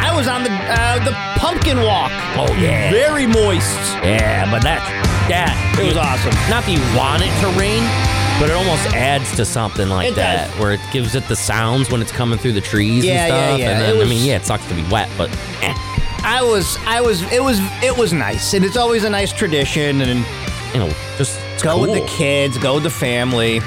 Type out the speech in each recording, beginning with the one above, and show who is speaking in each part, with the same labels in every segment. Speaker 1: I was on the uh, the pumpkin walk.
Speaker 2: Oh yeah.
Speaker 1: Very moist.
Speaker 2: Yeah, but that that
Speaker 1: It was awesome.
Speaker 2: Not that you want it to rain, but it almost adds to something like
Speaker 1: It
Speaker 2: that,
Speaker 1: does.
Speaker 2: where it gives it the sounds when it's coming through the trees
Speaker 1: Yeah, yeah,
Speaker 2: and stuff.
Speaker 1: yeah.
Speaker 2: And
Speaker 1: It
Speaker 2: then,
Speaker 1: was-
Speaker 2: I mean, yeah, it sucks to be wet, but eh.
Speaker 1: I was, I was, it was, it was nice. And it's always a nice tradition. And
Speaker 2: you know, just it's
Speaker 1: go with
Speaker 2: cool.
Speaker 1: the kids, go with the family.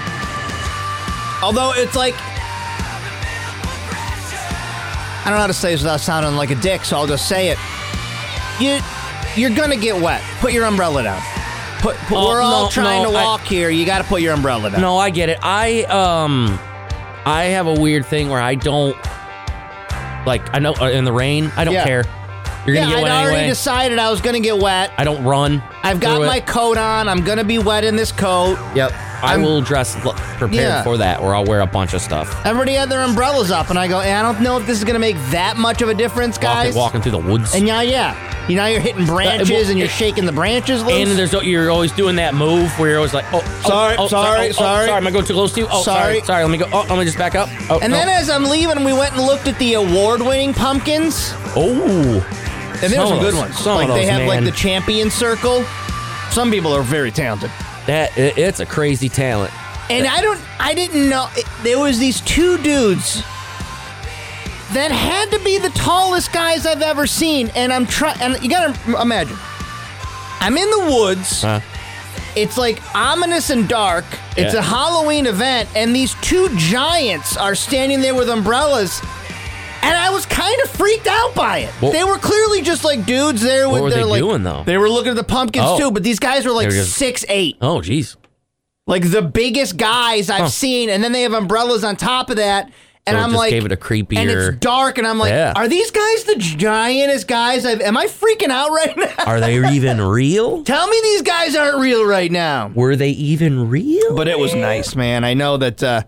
Speaker 1: Although it's like, I don't know how to say this without sounding like a dick, so I'll just say it. You, you're gonna get wet. Put your umbrella down. Put, put-
Speaker 2: Oh,
Speaker 1: we're all
Speaker 2: no,
Speaker 1: trying
Speaker 2: no,
Speaker 1: to
Speaker 2: I-
Speaker 1: walk here. You got to put your umbrella down.
Speaker 2: No, I get it. I um, I have a weird thing where I don't like. I know uh, in the rain, I don't
Speaker 1: Yeah.
Speaker 2: care. You're
Speaker 1: yeah,
Speaker 2: gonna get
Speaker 1: I'd
Speaker 2: wet
Speaker 1: already
Speaker 2: anyway.
Speaker 1: decided I was gonna get wet.
Speaker 2: I don't run.
Speaker 1: I've got
Speaker 2: through it.
Speaker 1: my coat on. I'm gonna be wet in this coat.
Speaker 2: Yep. I
Speaker 1: I'm-
Speaker 2: will dress l- prepared
Speaker 1: Yeah.
Speaker 2: for that, or I'll wear a bunch of stuff.
Speaker 1: Everybody had their umbrellas up, and I go, "Eh, I don't know if this is gonna make that much of a difference,
Speaker 2: Walking,
Speaker 1: guys.
Speaker 2: walking through the woods.
Speaker 1: And now, yeah, you now you're hitting branches
Speaker 2: well,
Speaker 1: and you're
Speaker 2: it-
Speaker 1: shaking the branches loose.
Speaker 2: And there's you're always doing that move where you're always like, oh, oh,
Speaker 1: Sorry,
Speaker 2: oh,
Speaker 1: sorry,
Speaker 2: oh, oh,
Speaker 1: sorry.
Speaker 2: sorry, am I going too close to you? Oh, sorry,
Speaker 1: Sorry.
Speaker 2: sorry, let me go. Oh, let me just back up. Oh,
Speaker 1: And
Speaker 2: no.
Speaker 1: then as I'm leaving, we went and looked at the award-winning pumpkins,
Speaker 2: oh,
Speaker 1: and there were some
Speaker 2: Some of
Speaker 1: good
Speaker 2: those-
Speaker 1: ones.
Speaker 2: some of
Speaker 1: like they
Speaker 2: those,
Speaker 1: have like
Speaker 2: man.
Speaker 1: the champion circle. Some people are very talented,
Speaker 2: that it, it's a crazy talent.
Speaker 1: and I don't, I didn't know it, there was these two dudes that had to be the tallest guys I've ever seen. And I'm trying, and you gotta m- imagine, I'm in the woods.
Speaker 2: Huh.
Speaker 1: It's like ominous and dark. It's
Speaker 2: Yeah.
Speaker 1: a Halloween event, and these two giants are standing there with umbrellas. And I was kind of freaked out by it.
Speaker 2: Well-
Speaker 1: they were clearly just like dudes there with
Speaker 2: What were
Speaker 1: their
Speaker 2: they
Speaker 1: like.
Speaker 2: doing though?
Speaker 1: They were looking at the pumpkins
Speaker 2: Oh.
Speaker 1: too, but these guys were like
Speaker 2: They were just-
Speaker 1: six eight,
Speaker 2: oh, jeez.
Speaker 1: like the biggest guys I've
Speaker 2: Huh.
Speaker 1: seen. And then they have umbrellas on top of that. And
Speaker 2: So it
Speaker 1: I'm
Speaker 2: just
Speaker 1: like,
Speaker 2: gave it a creepier.
Speaker 1: and it's dark, and I'm like,
Speaker 2: Yeah.
Speaker 1: are these guys the giantest guys? I've, am I freaking out right now?
Speaker 2: Are they even real?
Speaker 1: Tell me these guys aren't real right now.
Speaker 2: Were they even real?
Speaker 1: But it was nice, man. I know that uh,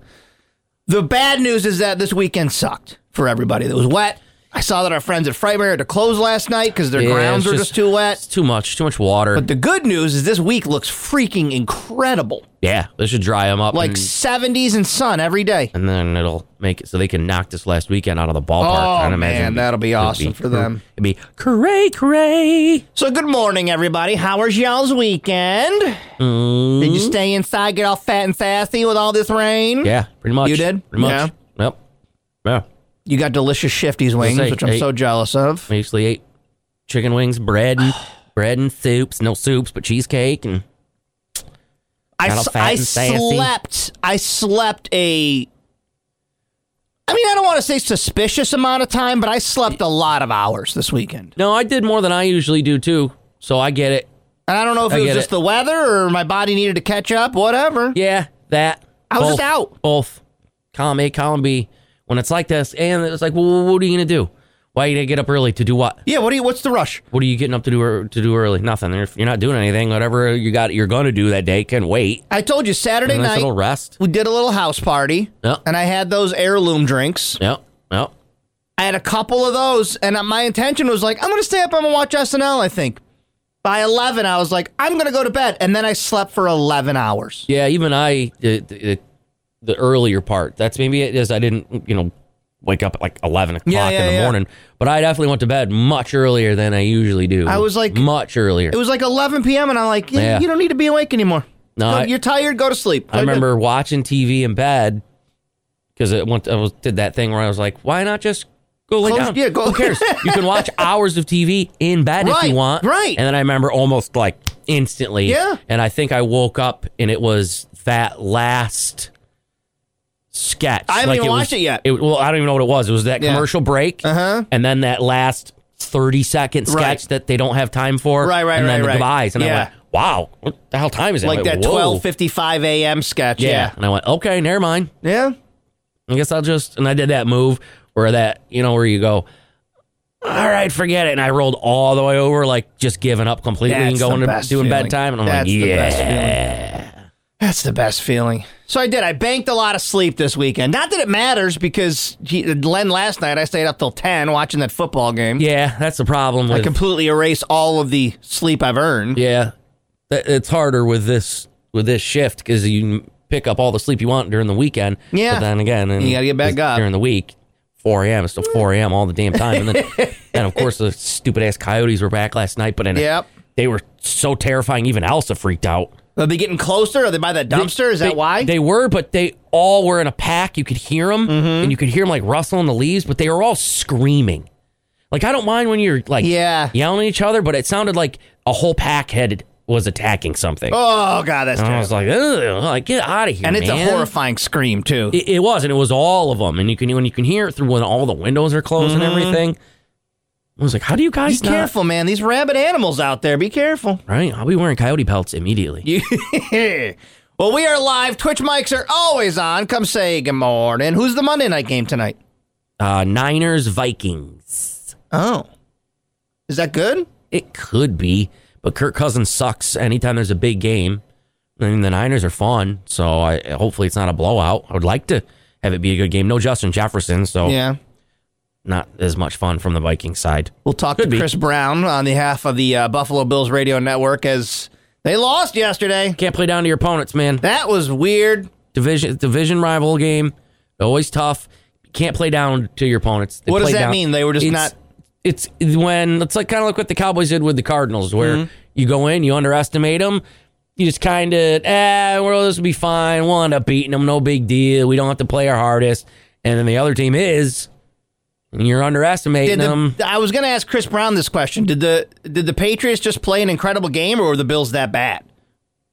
Speaker 1: the bad news is that this weekend sucked for everybody. It was wet. I saw that our friends at Freiburg had to close last night because their
Speaker 2: Yeah,
Speaker 1: grounds
Speaker 2: it's
Speaker 1: were just, too
Speaker 2: It's
Speaker 1: wet.
Speaker 2: too much. Too much water.
Speaker 1: But the good news is this week looks freaking incredible.
Speaker 2: yeah, this should dry them up.
Speaker 1: Like
Speaker 2: and,
Speaker 1: 70s and sun every day.
Speaker 2: and then it'll make it so they can knock this last weekend out of the ballpark.
Speaker 1: Oh,
Speaker 2: I'd imagine
Speaker 1: man,
Speaker 2: it'd
Speaker 1: that'll be
Speaker 2: it'd
Speaker 1: awesome for
Speaker 2: cr-
Speaker 1: them.
Speaker 2: It'd be cray cray.
Speaker 1: So good morning, everybody. How was y'all's weekend? Did you stay inside, get all fat and sassy with all this rain?
Speaker 2: Mm-hmm. Yeah, pretty much.
Speaker 1: You did?
Speaker 2: Pretty much. Yep. Yeah.
Speaker 1: You got delicious shifties wings,
Speaker 2: say,
Speaker 1: which I'm
Speaker 2: hey.
Speaker 1: so jealous of.
Speaker 2: I usually ate chicken wings, bread, and bread and soups. No soups, but cheesecake and
Speaker 1: I,
Speaker 2: Got all
Speaker 1: s-
Speaker 2: fat
Speaker 1: I
Speaker 2: and sassy.
Speaker 1: slept. I slept a. I mean, I don't want to say suspicious amount of time, but I slept a lot of hours this weekend.
Speaker 2: no, I did more than I usually do too. So I get it.
Speaker 1: And I don't know if
Speaker 2: I
Speaker 1: it was
Speaker 2: get
Speaker 1: just
Speaker 2: it.
Speaker 1: the weather or my body needed to catch up, whatever.
Speaker 2: Yeah, that.
Speaker 1: I was
Speaker 2: both,
Speaker 1: just out.
Speaker 2: Both. Column A, column B. When it's like this, and it's like, well, what are you gonna do? Why are you gonna get up early to do what?
Speaker 1: Yeah, what do you, what's the rush?
Speaker 2: What are you getting up to do ear- to do early? Nothing. If you're not doing anything, whatever you got, you're gonna do that day can wait.
Speaker 1: I told you Saturday
Speaker 2: A nice
Speaker 1: night
Speaker 2: little rest.
Speaker 1: we did a little house party,
Speaker 2: Yeah.
Speaker 1: and I had those heirloom drinks.
Speaker 2: Yep. Yep.
Speaker 1: I had a couple of those, and uh, my intention was like, I'm gonna stay up. I'm gonna watch SNL. I think by eleven, I was like, I'm gonna go to bed, and then I slept for eleven hours.
Speaker 2: Yeah, even I the, the, the earlier part. That's maybe it is. I didn't, you know, wake up at like eleven o'clock
Speaker 1: Yeah, yeah,
Speaker 2: in the
Speaker 1: yeah.
Speaker 2: morning. But I definitely went to bed much earlier than I usually do.
Speaker 1: I was like-
Speaker 2: much earlier.
Speaker 1: It was like 11 p.m. and I'm like, yeah,
Speaker 2: Yeah.
Speaker 1: you don't need to be awake anymore.
Speaker 2: No, I-
Speaker 1: you're tired. Go to sleep.
Speaker 2: I remember watching TV in bed because it went, I was, did that thing where I was like, why not just go lay
Speaker 1: Close-
Speaker 2: down?
Speaker 1: yeah, go-
Speaker 2: Who cares? you can watch hours of TV in bed if
Speaker 1: Right,
Speaker 2: you want.
Speaker 1: right.
Speaker 2: And then I remember almost like instantly.
Speaker 1: Yeah.
Speaker 2: And I think I woke up and it was that last sketch.
Speaker 1: I haven't
Speaker 2: Like,
Speaker 1: even
Speaker 2: was-
Speaker 1: watched it yet.
Speaker 2: well, I don't even know what it was. It was that
Speaker 1: Yeah.
Speaker 2: commercial break
Speaker 1: Uh-huh.
Speaker 2: and then that last 30 second sketch
Speaker 1: Right.
Speaker 2: that they don't have time for.
Speaker 1: Right, right,
Speaker 2: And then
Speaker 1: right,
Speaker 2: the
Speaker 1: right.
Speaker 2: goodbyes. And I
Speaker 1: Yeah.
Speaker 2: went, wow, what the hell time is it? I
Speaker 1: like
Speaker 2: went,
Speaker 1: that
Speaker 2: "Whoa."
Speaker 1: twelve fifty five a.m. sketch.
Speaker 2: Yeah.
Speaker 1: Yeah.
Speaker 2: And I went, okay, never mind.
Speaker 1: Yeah.
Speaker 2: I guess I'll just. And I did that move where that, you know, where you go, all right, forget it. And I rolled all the way over, like just giving up completely and
Speaker 1: That's the
Speaker 2: going to
Speaker 1: best
Speaker 2: doing
Speaker 1: feeling.
Speaker 2: bedtime. And I'm
Speaker 1: That's
Speaker 2: like,
Speaker 1: the
Speaker 2: yeah.
Speaker 1: best That's the best feeling. So I did. I banked a lot of sleep this weekend. Not that it matters because he, Len last night I stayed up till ten watching that football game.
Speaker 2: yeah, that's the problem
Speaker 1: I
Speaker 2: with.
Speaker 1: completely erase all of the sleep I've earned.
Speaker 2: yeah. Th- It's harder with this with this shift because you pick up all the sleep you want during the weekend.
Speaker 1: Yeah.
Speaker 2: But then again, and
Speaker 1: You gotta get back up.
Speaker 2: during the week. 4 a.m. It's still 4 a.m. all the damn time. And then, and of course, the stupid ass coyotes were back last night, but in a-
Speaker 1: Yep.
Speaker 2: they were so terrifying. Even Elsa freaked out.
Speaker 1: Are they getting closer? Are they by that dumpster? Is
Speaker 2: They-
Speaker 1: that why?
Speaker 2: They were, but they all were in a pack. You could hear them,
Speaker 1: Mm-hmm.
Speaker 2: and you could hear them like rustling the leaves, but they were all screaming. Like, I don't mind when you're like
Speaker 1: Yeah.
Speaker 2: yelling at each other, but it sounded like a whole pack head was attacking something.
Speaker 1: oh god, that's
Speaker 2: and
Speaker 1: terrible.
Speaker 2: I was like, Ugh, like get out of here.
Speaker 1: and it's
Speaker 2: man."
Speaker 1: a horrifying scream too.
Speaker 2: It, it was, and it was all of them. And you can when you can hear it through when all the windows are closed and everything. I was like, how do you
Speaker 1: Mm-hmm. Be
Speaker 2: guys not-
Speaker 1: careful, man. These rabid animals out there. Be careful.
Speaker 2: Right? I'll be wearing coyote pelts immediately.
Speaker 1: well, we are live. Twitch mics are always on. Come say good morning. Who's the Monday night game tonight?
Speaker 2: Uh, Niners, Vikings.
Speaker 1: Oh, is that good?
Speaker 2: It could be, but Kirk Cousins sucks anytime there's a big game. I mean, the Niners are fun, so I hopefully it's not a blowout. I would like to have it be a good game. No Justin Jefferson, so
Speaker 1: Yeah.
Speaker 2: not as much fun from the Vikings side.
Speaker 1: We'll talk
Speaker 2: Could
Speaker 1: to
Speaker 2: be.
Speaker 1: Chris Brown on behalf of the uh, Buffalo Bills radio network as they lost yesterday.
Speaker 2: Can't play down to your opponents, man.
Speaker 1: That was weird.
Speaker 2: Division division rival game, always tough. Can't play down to your opponents. They
Speaker 1: What does
Speaker 2: play
Speaker 1: that
Speaker 2: down-
Speaker 1: mean? They were just
Speaker 2: It's-
Speaker 1: not-
Speaker 2: It's when it's like kind of like what the Cowboys did with the Cardinals, where
Speaker 1: Mm-hmm.
Speaker 2: you go in, you underestimate them, you just kind of, eh, well, this will be fine. We'll end up beating them, no big deal. We don't have to play our hardest. And then the other team is, and you're underestimating
Speaker 1: Did
Speaker 2: them.
Speaker 1: the, I was going to ask Chris Brown this question. Did the did the Patriots just play an incredible game, or were the Bills that bad?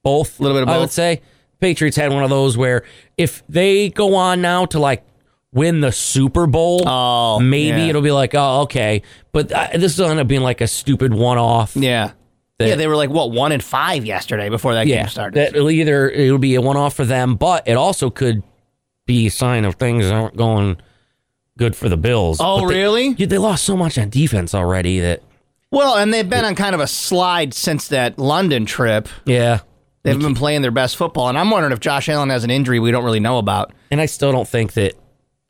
Speaker 2: both. A
Speaker 1: little bit of
Speaker 2: I
Speaker 1: both.
Speaker 2: would say Patriots had one of those where if they go on now to like win the Super Bowl,
Speaker 1: Oh,
Speaker 2: maybe
Speaker 1: yeah.
Speaker 2: it'll be like, oh, okay. But uh, this will end up being like a stupid one-off.
Speaker 1: Yeah,
Speaker 2: That-
Speaker 1: yeah, they were like what one and five yesterday before that
Speaker 2: yeah.
Speaker 1: game started.
Speaker 2: That it'll either it'll be a one-off for them, but it also could be a sign of things aren't going good for the Bills.
Speaker 1: Oh,
Speaker 2: But they-
Speaker 1: really?
Speaker 2: Yeah, they lost so much on defense already that
Speaker 1: well, and they've been on kind of a slide since that London trip.
Speaker 2: yeah.
Speaker 1: They've been playing their best football, and I'm wondering if Josh Allen has an injury we don't really know about.
Speaker 2: And I still don't think that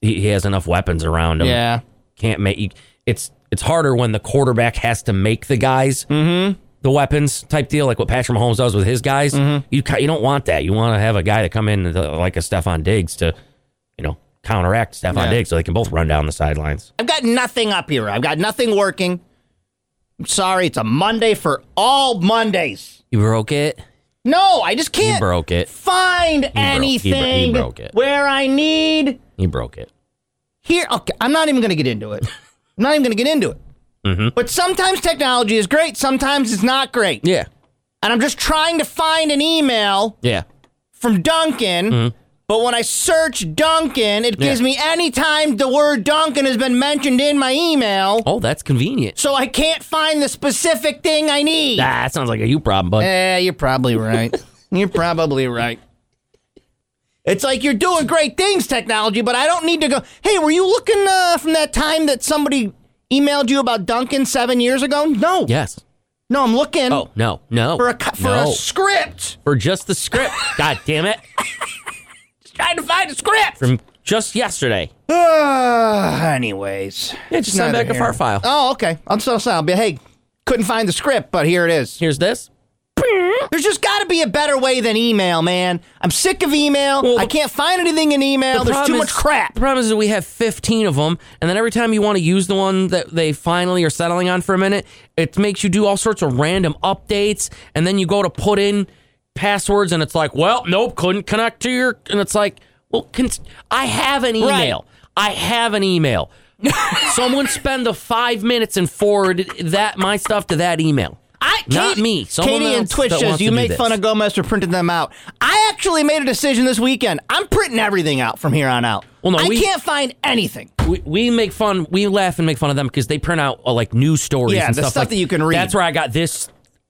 Speaker 2: he, he has enough weapons around him.
Speaker 1: Yeah,
Speaker 2: can't make you, it's it's harder when the quarterback has to make the guys the weapons type deal like what Patrick Mahomes does with his guys you ca- you don't want that you want to have a guy that come in and, uh, like a Stephon Diggs to you know counteract Stephon
Speaker 1: Yeah.
Speaker 2: Diggs so they can both run down the sidelines
Speaker 1: I've got nothing up here. I've got nothing working. I'm sorry, it's a Monday for all Mondays.
Speaker 2: you broke it
Speaker 1: No, I just
Speaker 2: you
Speaker 1: can't
Speaker 2: broke it
Speaker 1: find
Speaker 2: bro- he bro- he
Speaker 1: anything
Speaker 2: broke it.
Speaker 1: where I need
Speaker 2: you broke it
Speaker 1: here. Okay, I'm not even going to get into it. I'm not even going to get into it.
Speaker 2: Mm-hmm.
Speaker 1: But sometimes technology is great, sometimes it's not great.
Speaker 2: yeah
Speaker 1: And I'm just trying to find an email
Speaker 2: yeah
Speaker 1: from Duncan. But when I search Duncan, it gives
Speaker 2: Mm-hmm. Yeah.
Speaker 1: me any time the word Duncan has been mentioned in my email.
Speaker 2: oh that's convenient
Speaker 1: So I can't find the specific thing I need.
Speaker 2: ah, that sounds like a you problem bud
Speaker 1: Eh, you're probably right. you're probably right. It's like you're doing great things, technology, but I don't need to go. Hey, were you looking uh, from that time that somebody emailed you about Duncan seven years ago? No.
Speaker 2: yes
Speaker 1: No, I'm looking
Speaker 2: oh no no
Speaker 1: for a co- for
Speaker 2: no.
Speaker 1: a script.
Speaker 2: for just the script god damn it
Speaker 1: Just trying to find a script.
Speaker 2: from just yesterday
Speaker 1: Uh, anyways.
Speaker 2: yeah just send
Speaker 1: Neither
Speaker 2: back a
Speaker 1: here.
Speaker 2: far file
Speaker 1: Oh, okay. I'm so sorry. But hey, couldn't find the script, but here it is.
Speaker 2: here's this
Speaker 1: There's just got to be a better way than email, man. I'm sick of email.
Speaker 2: Well, the-
Speaker 1: I can't find anything in email.
Speaker 2: The
Speaker 1: There's too
Speaker 2: problem
Speaker 1: much
Speaker 2: is-
Speaker 1: crap.
Speaker 2: The problem is that we have 15 of them, and then every time you want to use the one that they finally are settling on for a minute, it makes you do all sorts of random updates, and then you go to put in passwords, and it's like, well, nope, couldn't connect to your. And it's like, well, can, I have an
Speaker 1: Right.
Speaker 2: email. I have an email. Someone spend the five minutes and forward that my stuff to that email.
Speaker 1: I,
Speaker 2: Not
Speaker 1: Katie-
Speaker 2: me. Someone
Speaker 1: Katie and
Speaker 2: else
Speaker 1: Twitch
Speaker 2: that
Speaker 1: says
Speaker 2: wants
Speaker 1: you
Speaker 2: to do
Speaker 1: make
Speaker 2: this."
Speaker 1: fun of Gomez for printing them out. I actually made a decision this weekend. I'm printing everything out from here on out.
Speaker 2: Well, no,
Speaker 1: I
Speaker 2: we-
Speaker 1: can't find anything.
Speaker 2: we, we make fun, we laugh and make fun of them because they print out uh, like news stories
Speaker 1: Yeah,
Speaker 2: and
Speaker 1: the
Speaker 2: stuff,
Speaker 1: stuff
Speaker 2: like-
Speaker 1: that you can read.
Speaker 2: That's where I got this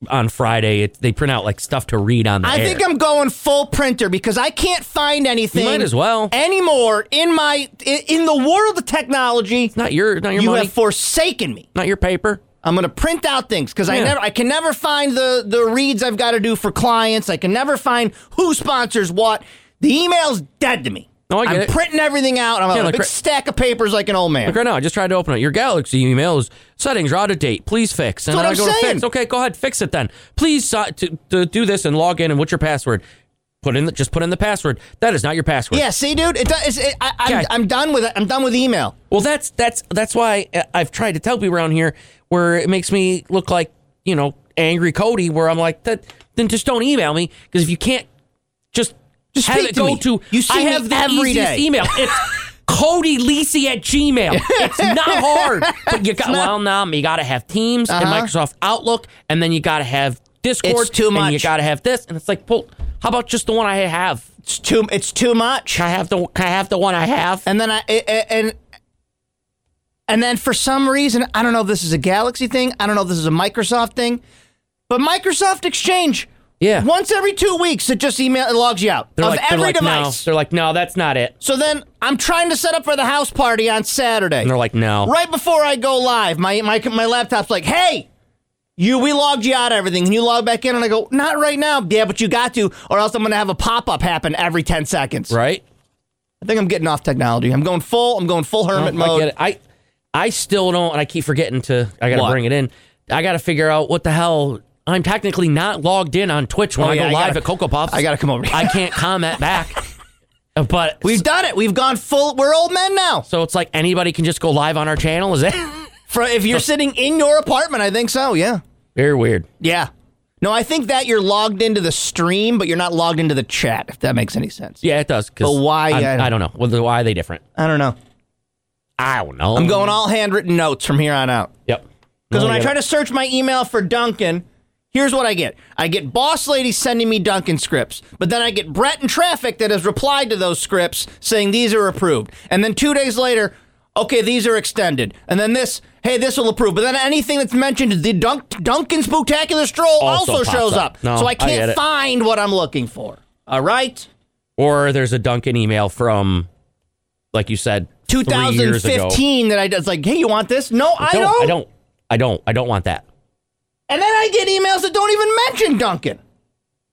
Speaker 2: on Friday. It, they print out like stuff to read on the
Speaker 1: I
Speaker 2: air.
Speaker 1: think I'm going full printer because I can't find anything.
Speaker 2: might as well.
Speaker 1: anymore in my in, in the world of technology.
Speaker 2: not your, not your
Speaker 1: You
Speaker 2: money,
Speaker 1: have forsaken me.
Speaker 2: not your paper.
Speaker 1: I'm gonna print out things because I
Speaker 2: Yeah.
Speaker 1: never I can never find the the reads I've got to do for clients. I can never find who sponsors what. The email's dead to me.
Speaker 2: No, I get
Speaker 1: am
Speaker 2: it.
Speaker 1: printing everything out. I'm
Speaker 2: Yeah,
Speaker 1: on a
Speaker 2: like
Speaker 1: big
Speaker 2: cra-
Speaker 1: stack of papers like an old man.
Speaker 2: Like right now, I just tried to open it. Your Galaxy email is settings are out of date. Please fix.
Speaker 1: That's
Speaker 2: And then
Speaker 1: what
Speaker 2: I
Speaker 1: I'm
Speaker 2: go
Speaker 1: saying.
Speaker 2: to fix. Okay, go ahead, fix it then. Please uh, to, to do this and log in. And what's your password? Put in the, just put in the password. That is not your password.
Speaker 1: yeah, see, dude, it does. It, I, I'm,
Speaker 2: Okay.
Speaker 1: I'm done with it. I'm done with email.
Speaker 2: Well, that's that's that's why I- I've tried to tell people around here where it makes me look like you know angry Cody, where I'm like that. Then just don't email me because if you can't, just
Speaker 1: Just
Speaker 2: have
Speaker 1: speak
Speaker 2: it
Speaker 1: to
Speaker 2: go
Speaker 1: me.
Speaker 2: to
Speaker 1: You see
Speaker 2: I
Speaker 1: me
Speaker 2: have the
Speaker 1: every
Speaker 2: easiest
Speaker 1: day.
Speaker 2: email. It's Cody Lisi at Gmail. It's not hard, but you got well now you got to have Teams and
Speaker 1: Uh-huh.
Speaker 2: Microsoft Outlook, and then you got to have Discord.
Speaker 1: It's too
Speaker 2: And you
Speaker 1: much.
Speaker 2: got to have this, and it's like, well, how about just the one I have?
Speaker 1: It's too. It's too much.
Speaker 2: Can I have the can I have the one I have?
Speaker 1: And then I a- a- and and then for some reason, I don't know if this is a Galaxy thing. I don't know if this is a Microsoft thing. But Microsoft Exchange,
Speaker 2: Yeah.
Speaker 1: once every two weeks, it just email it logs you out
Speaker 2: They're
Speaker 1: of
Speaker 2: like, they're
Speaker 1: every
Speaker 2: like, no.
Speaker 1: device.
Speaker 2: They're like, no, that's not it.
Speaker 1: So then I'm trying to set up for the house party on Saturday.
Speaker 2: And they're like, no.
Speaker 1: right before I go live, my my my laptop's like, hey. You, we logged you out of everything, and you log back in, and I go, not right now. Yeah, but you got to, or else I'm going to have a pop up happen every ten seconds.
Speaker 2: Right?
Speaker 1: I think I'm getting off technology. I'm going full. I'm going full hermit
Speaker 2: Oh, I
Speaker 1: mode.
Speaker 2: get it. I I still don't and I keep forgetting to I gotta
Speaker 1: What?
Speaker 2: bring it in. I gotta figure out what the hell I'm technically not logged in on Twitch when
Speaker 1: Oh,
Speaker 2: I
Speaker 1: yeah,
Speaker 2: go
Speaker 1: I
Speaker 2: live
Speaker 1: gotta-
Speaker 2: at Cocoa Puffs.
Speaker 1: I gotta come over.
Speaker 2: I can't comment back. Uh, But
Speaker 1: We've done it. We've gone full. We're old men now.
Speaker 2: so it's like anybody can just go live on our channel, is it?
Speaker 1: For if you're sitting in your apartment, I think so. Yeah.
Speaker 2: Very weird.
Speaker 1: Yeah. No, I think that you're logged into the stream, but you're not logged into the chat. If that makes any sense.
Speaker 2: Yeah, it does. 'cause
Speaker 1: But why-
Speaker 2: I'm-
Speaker 1: I don't-
Speaker 2: I don't know. Well, then why are they different?
Speaker 1: I don't know.
Speaker 2: I don't know.
Speaker 1: I'm going all handwritten notes from here on out.
Speaker 2: Yep.
Speaker 1: Because when I
Speaker 2: get
Speaker 1: try
Speaker 2: it.
Speaker 1: to search my email for Duncan, here's what I get. I get boss lady sending me Duncan scripts, but then I get Brett in traffic that has replied to those scripts saying these are approved. And then two days later, okay, these are extended. And then this, hey, this will approve. But then anything that's mentioned, the Dunk, Duncan Spooktacular Stroll
Speaker 2: Also
Speaker 1: also,
Speaker 2: pops
Speaker 1: shows
Speaker 2: up.
Speaker 1: up.
Speaker 2: No,
Speaker 1: so
Speaker 2: I
Speaker 1: I
Speaker 2: get
Speaker 1: can't
Speaker 2: it.
Speaker 1: find what I'm looking for. All right?
Speaker 2: or there's a Duncan email from like you said three years ago.
Speaker 1: 2015 that I it's like, hey, you want this? No, I don't.
Speaker 2: I don't. I don't. I don't want that.
Speaker 1: And then I get emails that don't even mention Duncan.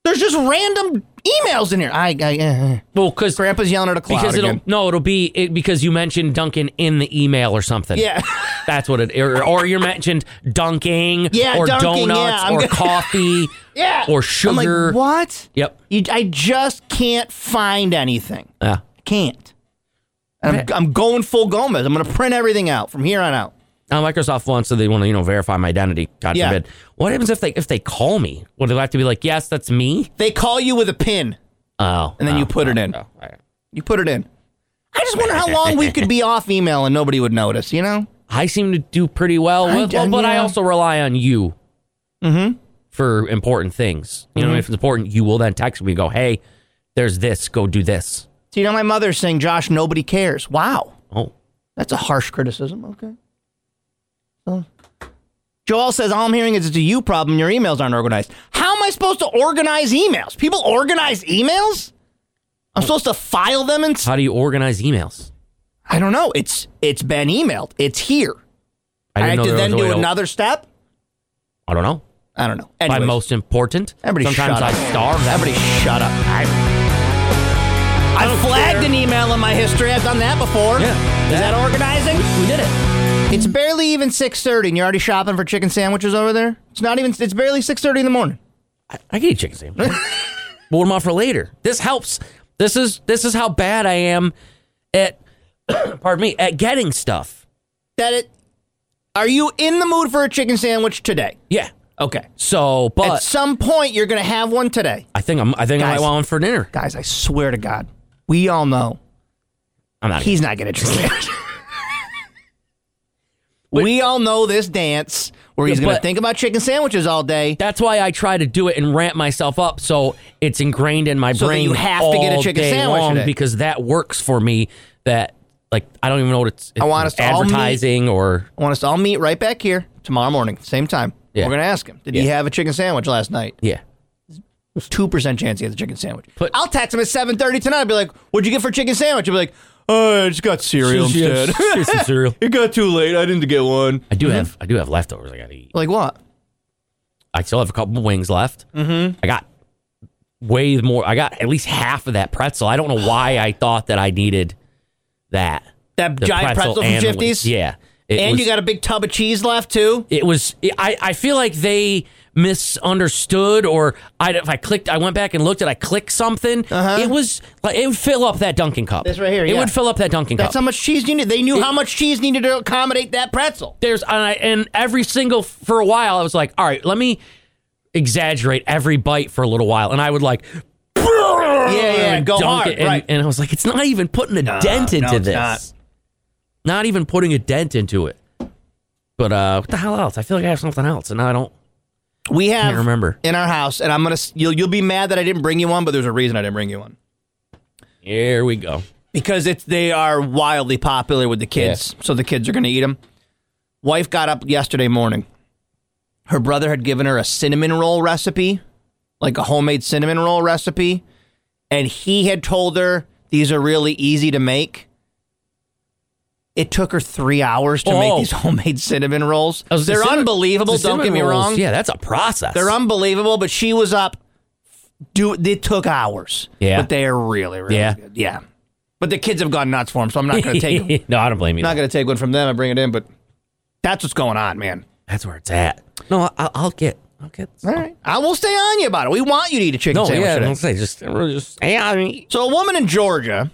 Speaker 1: There's just random emails in here. I, I eh, eh.
Speaker 2: Well, because
Speaker 1: Grandpa's yelling at a cloud
Speaker 2: because it'll
Speaker 1: again.
Speaker 2: no, it'll be it, because you mentioned Duncan in the email or something.
Speaker 1: Yeah.
Speaker 2: that's what it. Or, or you mentioned dunking.
Speaker 1: Yeah,
Speaker 2: or
Speaker 1: dunking, yeah,
Speaker 2: donuts
Speaker 1: I'm
Speaker 2: or
Speaker 1: gonna-
Speaker 2: coffee.
Speaker 1: Yeah.
Speaker 2: or
Speaker 1: I'm like,
Speaker 2: sugar.
Speaker 1: what?
Speaker 2: Yep.
Speaker 1: You, I just can't find anything.
Speaker 2: Yeah.
Speaker 1: I can't. And I'm, I'm going full Gomez. I'm going to print everything out from here on out.
Speaker 2: Now Microsoft wants so they want to you know verify my identity. God
Speaker 1: Yeah.
Speaker 2: forbid. What happens if they if they call me? Would I have to be like, yes, that's me?
Speaker 1: They call you with a pin,
Speaker 2: Oh,
Speaker 1: and then you put it in.
Speaker 2: oh, all right.
Speaker 1: You put it in. I just wonder how long we could be off email and nobody would notice, you know?
Speaker 2: I seem to do pretty well,
Speaker 1: I
Speaker 2: with, well,
Speaker 1: don't-
Speaker 2: but I
Speaker 1: yeah. Mm-hmm.
Speaker 2: also rely on you for important things. You know, if it's important, you will then text me. and Go, hey, there's this. Go do this.
Speaker 1: So, you know, my mother's saying, Josh, nobody cares. Wow.
Speaker 2: Oh,
Speaker 1: That's a harsh criticism. Okay. So, Joel says, all I'm hearing is it's a you problem. Your emails aren't organized. How am I supposed to organize emails? People organize emails? I'm supposed to file them and s-
Speaker 2: how do you organize emails?
Speaker 1: I don't know. It's it's been emailed. It's here. I,
Speaker 2: I didn't
Speaker 1: have
Speaker 2: know
Speaker 1: to
Speaker 2: there
Speaker 1: then
Speaker 2: was a way
Speaker 1: do
Speaker 2: to-
Speaker 1: another step.
Speaker 2: I don't know.
Speaker 1: I don't know.
Speaker 2: By
Speaker 1: Anyways,
Speaker 2: most important.
Speaker 1: everybody
Speaker 2: Sometimes
Speaker 1: shut
Speaker 2: I
Speaker 1: up.
Speaker 2: starve. That
Speaker 1: Everybody shut up. I, I, flagged an email in my history. I've done that before.
Speaker 2: Yeah.
Speaker 1: Is that organizing?
Speaker 2: we did it.
Speaker 1: It's barely even six thirty, and you're already shopping for chicken sandwiches over there. It's not even. It's barely six thirty in the morning.
Speaker 2: I can eat chicken sandwich. but what am I for later? This helps. This is this is how bad I am at. pardon me. At getting stuff.
Speaker 1: That it. Are you in the mood for a chicken sandwich today?
Speaker 2: Yeah.
Speaker 1: Okay.
Speaker 2: So,
Speaker 1: At
Speaker 2: but
Speaker 1: some point, you're going to have one today.
Speaker 2: I think I'm, I think I
Speaker 1: Guys.
Speaker 2: might want one for dinner.
Speaker 1: Guys, I swear to God, we all know
Speaker 2: I'm not.
Speaker 1: he's not going to drink it. we all know this dance where he's
Speaker 2: Yeah,
Speaker 1: going to
Speaker 2: but-
Speaker 1: think about chicken sandwiches all day.
Speaker 2: That's why I try to do it and ramp myself up so it's ingrained in my
Speaker 1: So that
Speaker 2: brain.
Speaker 1: you have to get a
Speaker 2: all
Speaker 1: chicken
Speaker 2: day
Speaker 1: sandwich
Speaker 2: long
Speaker 1: today.
Speaker 2: because that works for me. That like I don't even know what it's.
Speaker 1: I want us to all meet-
Speaker 2: advertising or
Speaker 1: I want us to all meet right back here tomorrow morning, same time.
Speaker 2: Yeah.
Speaker 1: We're going to ask him, did he
Speaker 2: Yeah.
Speaker 1: have a chicken sandwich last night?
Speaker 2: yeah.
Speaker 1: two percent chance he has a chicken sandwich.
Speaker 2: Put-
Speaker 1: I'll text him at seven thirty tonight. I'll be like, "What'd you get for a chicken sandwich?" He'll be like, "Oh, I just got cereal instead.
Speaker 2: cereal.
Speaker 1: it got too late. I didn't get one."
Speaker 2: I do have I do have leftovers. I got to eat.
Speaker 1: Like what?
Speaker 2: I still have a couple wings left. Mm-hmm. I got way more. I got at least half of that pretzel. I don't know why I thought that I needed that.
Speaker 1: That
Speaker 2: The
Speaker 1: giant pretzel,
Speaker 2: and the
Speaker 1: from
Speaker 2: wings.
Speaker 1: Shifties.
Speaker 2: Yeah. It
Speaker 1: and
Speaker 2: was-
Speaker 1: you got a big tub of cheese left too.
Speaker 2: it was it, I, I feel like they misunderstood or I if I clicked I went back and looked at I clicked something it was like it would fill up that Dunkin' cup.
Speaker 1: Uh-huh. This right here,
Speaker 2: It
Speaker 1: yeah.
Speaker 2: would fill up that Dunkin'
Speaker 1: That's
Speaker 2: cup.
Speaker 1: how much cheese you need. They knew how much cheese needed to accommodate that pretzel.
Speaker 2: There's and, I, and every single for a while I was like, all right, let me exaggerate every bite for a little while, and I would like. Yeah,
Speaker 1: yeah, go hard,
Speaker 2: and,
Speaker 1: right.
Speaker 2: and I was like, it's not even putting a dent into
Speaker 1: no, it's
Speaker 2: this.
Speaker 1: not.
Speaker 2: Not even putting a dent into it. But uh, what the hell else? I feel like I have something else, and now I don't.
Speaker 1: We have
Speaker 2: Can't remember.
Speaker 1: in our house, and I'm gonna. s- You'll you'll be mad that I didn't bring you one, but there's a reason I didn't bring you one
Speaker 2: Here we go.
Speaker 1: because it's they are wildly popular with the kids, so the kids are gonna eat them. Wife got up yesterday morning. Her brother had given her a cinnamon roll recipe, like a homemade cinnamon roll recipe, and he had told her these are really easy to make. It took her three hours to make
Speaker 2: Oh.
Speaker 1: these homemade cinnamon rolls.
Speaker 2: I was-
Speaker 1: They're
Speaker 2: Oh, cinnamon-
Speaker 1: unbelievable.
Speaker 2: the
Speaker 1: Don't get
Speaker 2: cinnamon
Speaker 1: me
Speaker 2: rolls,
Speaker 1: wrong.
Speaker 2: Yeah, that's a process.
Speaker 1: They're unbelievable, but she was up. Do it took hours.
Speaker 2: Yeah.
Speaker 1: but they are really, really
Speaker 2: Yeah.
Speaker 1: good. Yeah, but the kids have gone nuts for them, so I'm not going to take. I'm
Speaker 2: no, I don't blame you.
Speaker 1: not going to take one from them. I bring it in, but that's what's going on, man.
Speaker 2: that's where it's at. No, I, I'll get. I'll get.
Speaker 1: All right, I will stay on you about it. We want you to eat a chicken
Speaker 2: No,
Speaker 1: sandwich.
Speaker 2: yeah,
Speaker 1: today.
Speaker 2: don't say just. really Just. Yeah, I mean.
Speaker 1: So a woman in Georgia,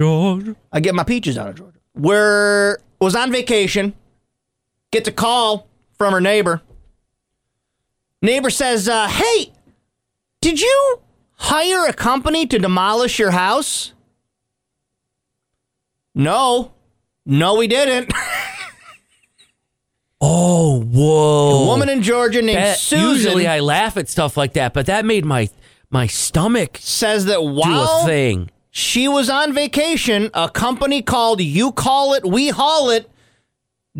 Speaker 1: I get my peaches out of Georgia. Where was on vacation, gets a call from her neighbor. Neighbor says, uh, "Hey, did you hire a company to demolish your house?" No, no, we didn't.
Speaker 2: Oh, whoa.
Speaker 1: A woman in Georgia named
Speaker 2: That-
Speaker 1: Susan
Speaker 2: Usually I laugh at stuff like that, but that made my my stomach
Speaker 1: says that
Speaker 2: do a
Speaker 1: while
Speaker 2: thing.
Speaker 1: She was on vacation. A company called You Call It, We Haul It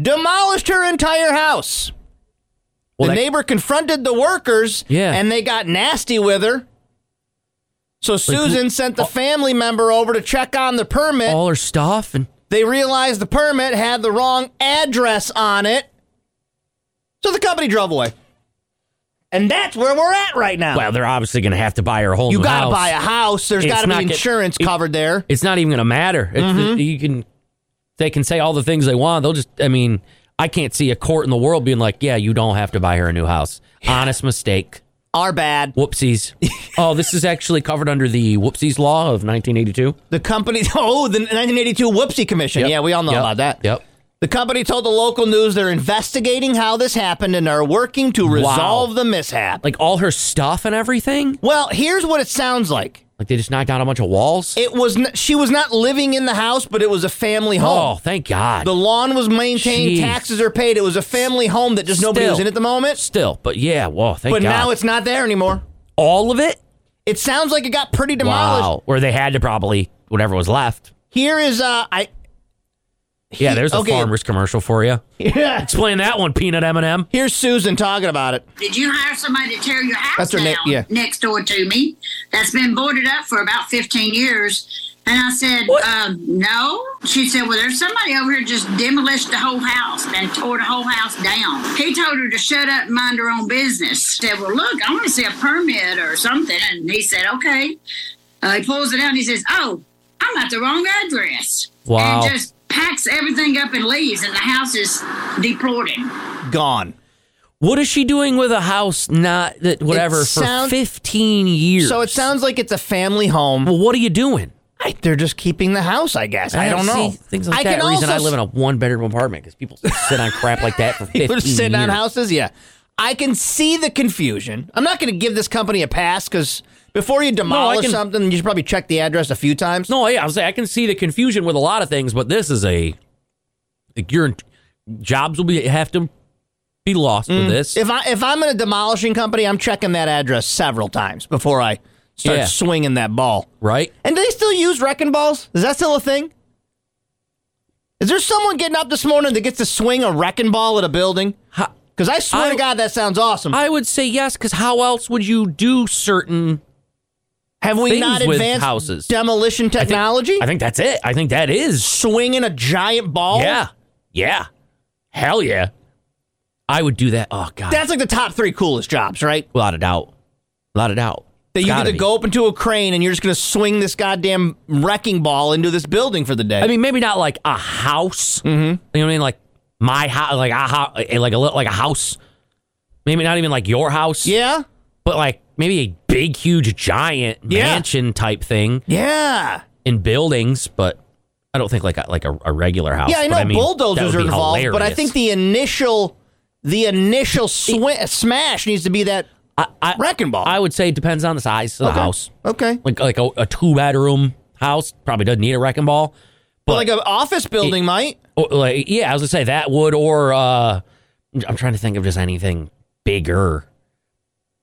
Speaker 1: demolished her entire house.
Speaker 2: Well,
Speaker 1: the
Speaker 2: that-
Speaker 1: neighbor confronted the workers
Speaker 2: Yeah.
Speaker 1: and they got nasty with her. So Susan sent the family member over to check on the permit.
Speaker 2: All her stuff and
Speaker 1: They realized the permit had the wrong address on it. So the company drove away. And that's where we're at right now.
Speaker 2: well, they're obviously going to have to buy her a whole
Speaker 1: you
Speaker 2: new
Speaker 1: got to
Speaker 2: house.
Speaker 1: buy a house. There's
Speaker 2: It's
Speaker 1: got to
Speaker 2: not
Speaker 1: be
Speaker 2: get-
Speaker 1: insurance
Speaker 2: it-
Speaker 1: covered there.
Speaker 2: It's not even going to matter. It's,
Speaker 1: Mm-hmm.
Speaker 2: you can they can say all the things they want. They'll just I mean, I can't see a court in the world being like, "Yeah, you don't have to buy her a new house." Honest mistake.
Speaker 1: Our bad.
Speaker 2: Whoopsies. oh, this is actually covered under the Whoopsies law of 1982.
Speaker 1: The company, oh, the 1982 Whoopsie Commission.
Speaker 2: Yep.
Speaker 1: Yeah, we all know
Speaker 2: Yep.
Speaker 1: about that.
Speaker 2: Yep.
Speaker 1: The company told the local news they're investigating how this happened and are working to resolve the mishap.
Speaker 2: Like all her stuff and everything?
Speaker 1: well, here's what it sounds like.
Speaker 2: Like they just knocked down a bunch of walls?
Speaker 1: It was n- she was not living in the house, but it was a family
Speaker 2: oh,
Speaker 1: home.
Speaker 2: thank God.
Speaker 1: The lawn was maintained,
Speaker 2: Jeez.
Speaker 1: taxes are paid. It was a family home that just nobody
Speaker 2: Still.
Speaker 1: was in at the moment.
Speaker 2: Still, but yeah, whoa, thank
Speaker 1: But
Speaker 2: God.
Speaker 1: now it's not there anymore.
Speaker 2: all of it?
Speaker 1: It sounds like it got pretty demolished.
Speaker 2: Wow. Or they had to probably whatever was left.
Speaker 1: Here is uh I
Speaker 2: Yeah, there's a
Speaker 1: okay.
Speaker 2: farmer's commercial for you.
Speaker 1: yeah.
Speaker 2: Explain that one, Peanut M&M.
Speaker 1: Here's Susan talking about it.
Speaker 3: Did you hire somebody to tear your house
Speaker 1: That's her
Speaker 3: down
Speaker 1: na- yeah.
Speaker 3: next door to me? That's been boarded up for about 15 years. And I said, um, no. She said, well, there's somebody over here just demolished the whole house and tore the whole house down. He told her to shut up and mind her own business. Said, well, look, I want to see a permit or something. And he said, okay. Uh, he pulls it out and he says, oh, I'm at the wrong address.
Speaker 2: Wow.
Speaker 3: And just packs everything up and leaves, and the house is deported.
Speaker 1: Gone.
Speaker 2: What is she doing with a house not that whatever for
Speaker 1: sound-
Speaker 2: 15 years?
Speaker 1: So it sounds like it's a family home.
Speaker 2: Well, what are you doing?
Speaker 1: I, they're just keeping the house, I guess. I don't
Speaker 2: see
Speaker 1: know.
Speaker 2: Things like
Speaker 1: I
Speaker 2: that.
Speaker 1: can
Speaker 2: reason
Speaker 1: also
Speaker 2: I live in a one bedroom apartment because people sit on crap like that for 15
Speaker 1: people are sitting
Speaker 2: years.
Speaker 1: on houses. Yeah, I can see the confusion. I'm not going to give this company a pass because before you demolish
Speaker 2: can-
Speaker 1: something, you should probably check the address a few times.
Speaker 2: No, yeah, I was saying I can see the confusion with a lot of things, but this is a like your jobs will be have to be lost with this.
Speaker 1: Mm. If I if I'm in a demolishing company, I'm checking that address several times before I start
Speaker 2: Yeah.
Speaker 1: swinging that ball.
Speaker 2: right?
Speaker 1: And do they still use wrecking balls? Is that still a thing? Is there someone getting up this morning that gets to swing a wrecking ball at a building?
Speaker 2: Ha-
Speaker 1: Because I swear
Speaker 2: I-
Speaker 1: to God, that sounds awesome.
Speaker 2: I would say yes, because how else would you do certain?
Speaker 1: Have we
Speaker 2: things
Speaker 1: not
Speaker 2: with
Speaker 1: advanced
Speaker 2: houses.
Speaker 1: demolition technology?
Speaker 2: I think that's it. I think that is.
Speaker 1: Swinging a giant ball?
Speaker 2: Yeah, yeah, hell yeah. I would do that. Oh god,
Speaker 1: That's like the top three coolest jobs, right?
Speaker 2: without a doubt, without a doubt.
Speaker 1: That you
Speaker 2: It's
Speaker 1: get
Speaker 2: gotta
Speaker 1: to
Speaker 2: be.
Speaker 1: go up into a crane and you're just going to swing this goddamn wrecking ball into this building for the day.
Speaker 2: I mean, maybe not like a house. Mm-hmm. You know what I mean? Like my house, like a house, like a li- like a house. Maybe not even like your house.
Speaker 1: yeah?
Speaker 2: but like maybe a big, huge, giant
Speaker 1: Yeah.
Speaker 2: mansion type thing
Speaker 1: Yeah.
Speaker 2: in buildings, but I don't think like a, like a, a regular house.
Speaker 1: Yeah, I
Speaker 2: But
Speaker 1: know
Speaker 2: mean, that
Speaker 1: bulldozers
Speaker 2: would
Speaker 1: are
Speaker 2: be
Speaker 1: involved, but I
Speaker 2: hilarious.
Speaker 1: think the initial the initial swi- smash needs to be that
Speaker 2: I, I,
Speaker 1: wrecking ball.
Speaker 2: I would say it depends on the size of the
Speaker 1: Okay.
Speaker 2: house.
Speaker 1: Okay.
Speaker 2: Like like a, a two bedroom house probably doesn't need a wrecking ball,
Speaker 1: But
Speaker 2: but
Speaker 1: like an office building might.
Speaker 2: or, like yeah, I was gonna say that would or uh, I'm trying to think of just anything bigger.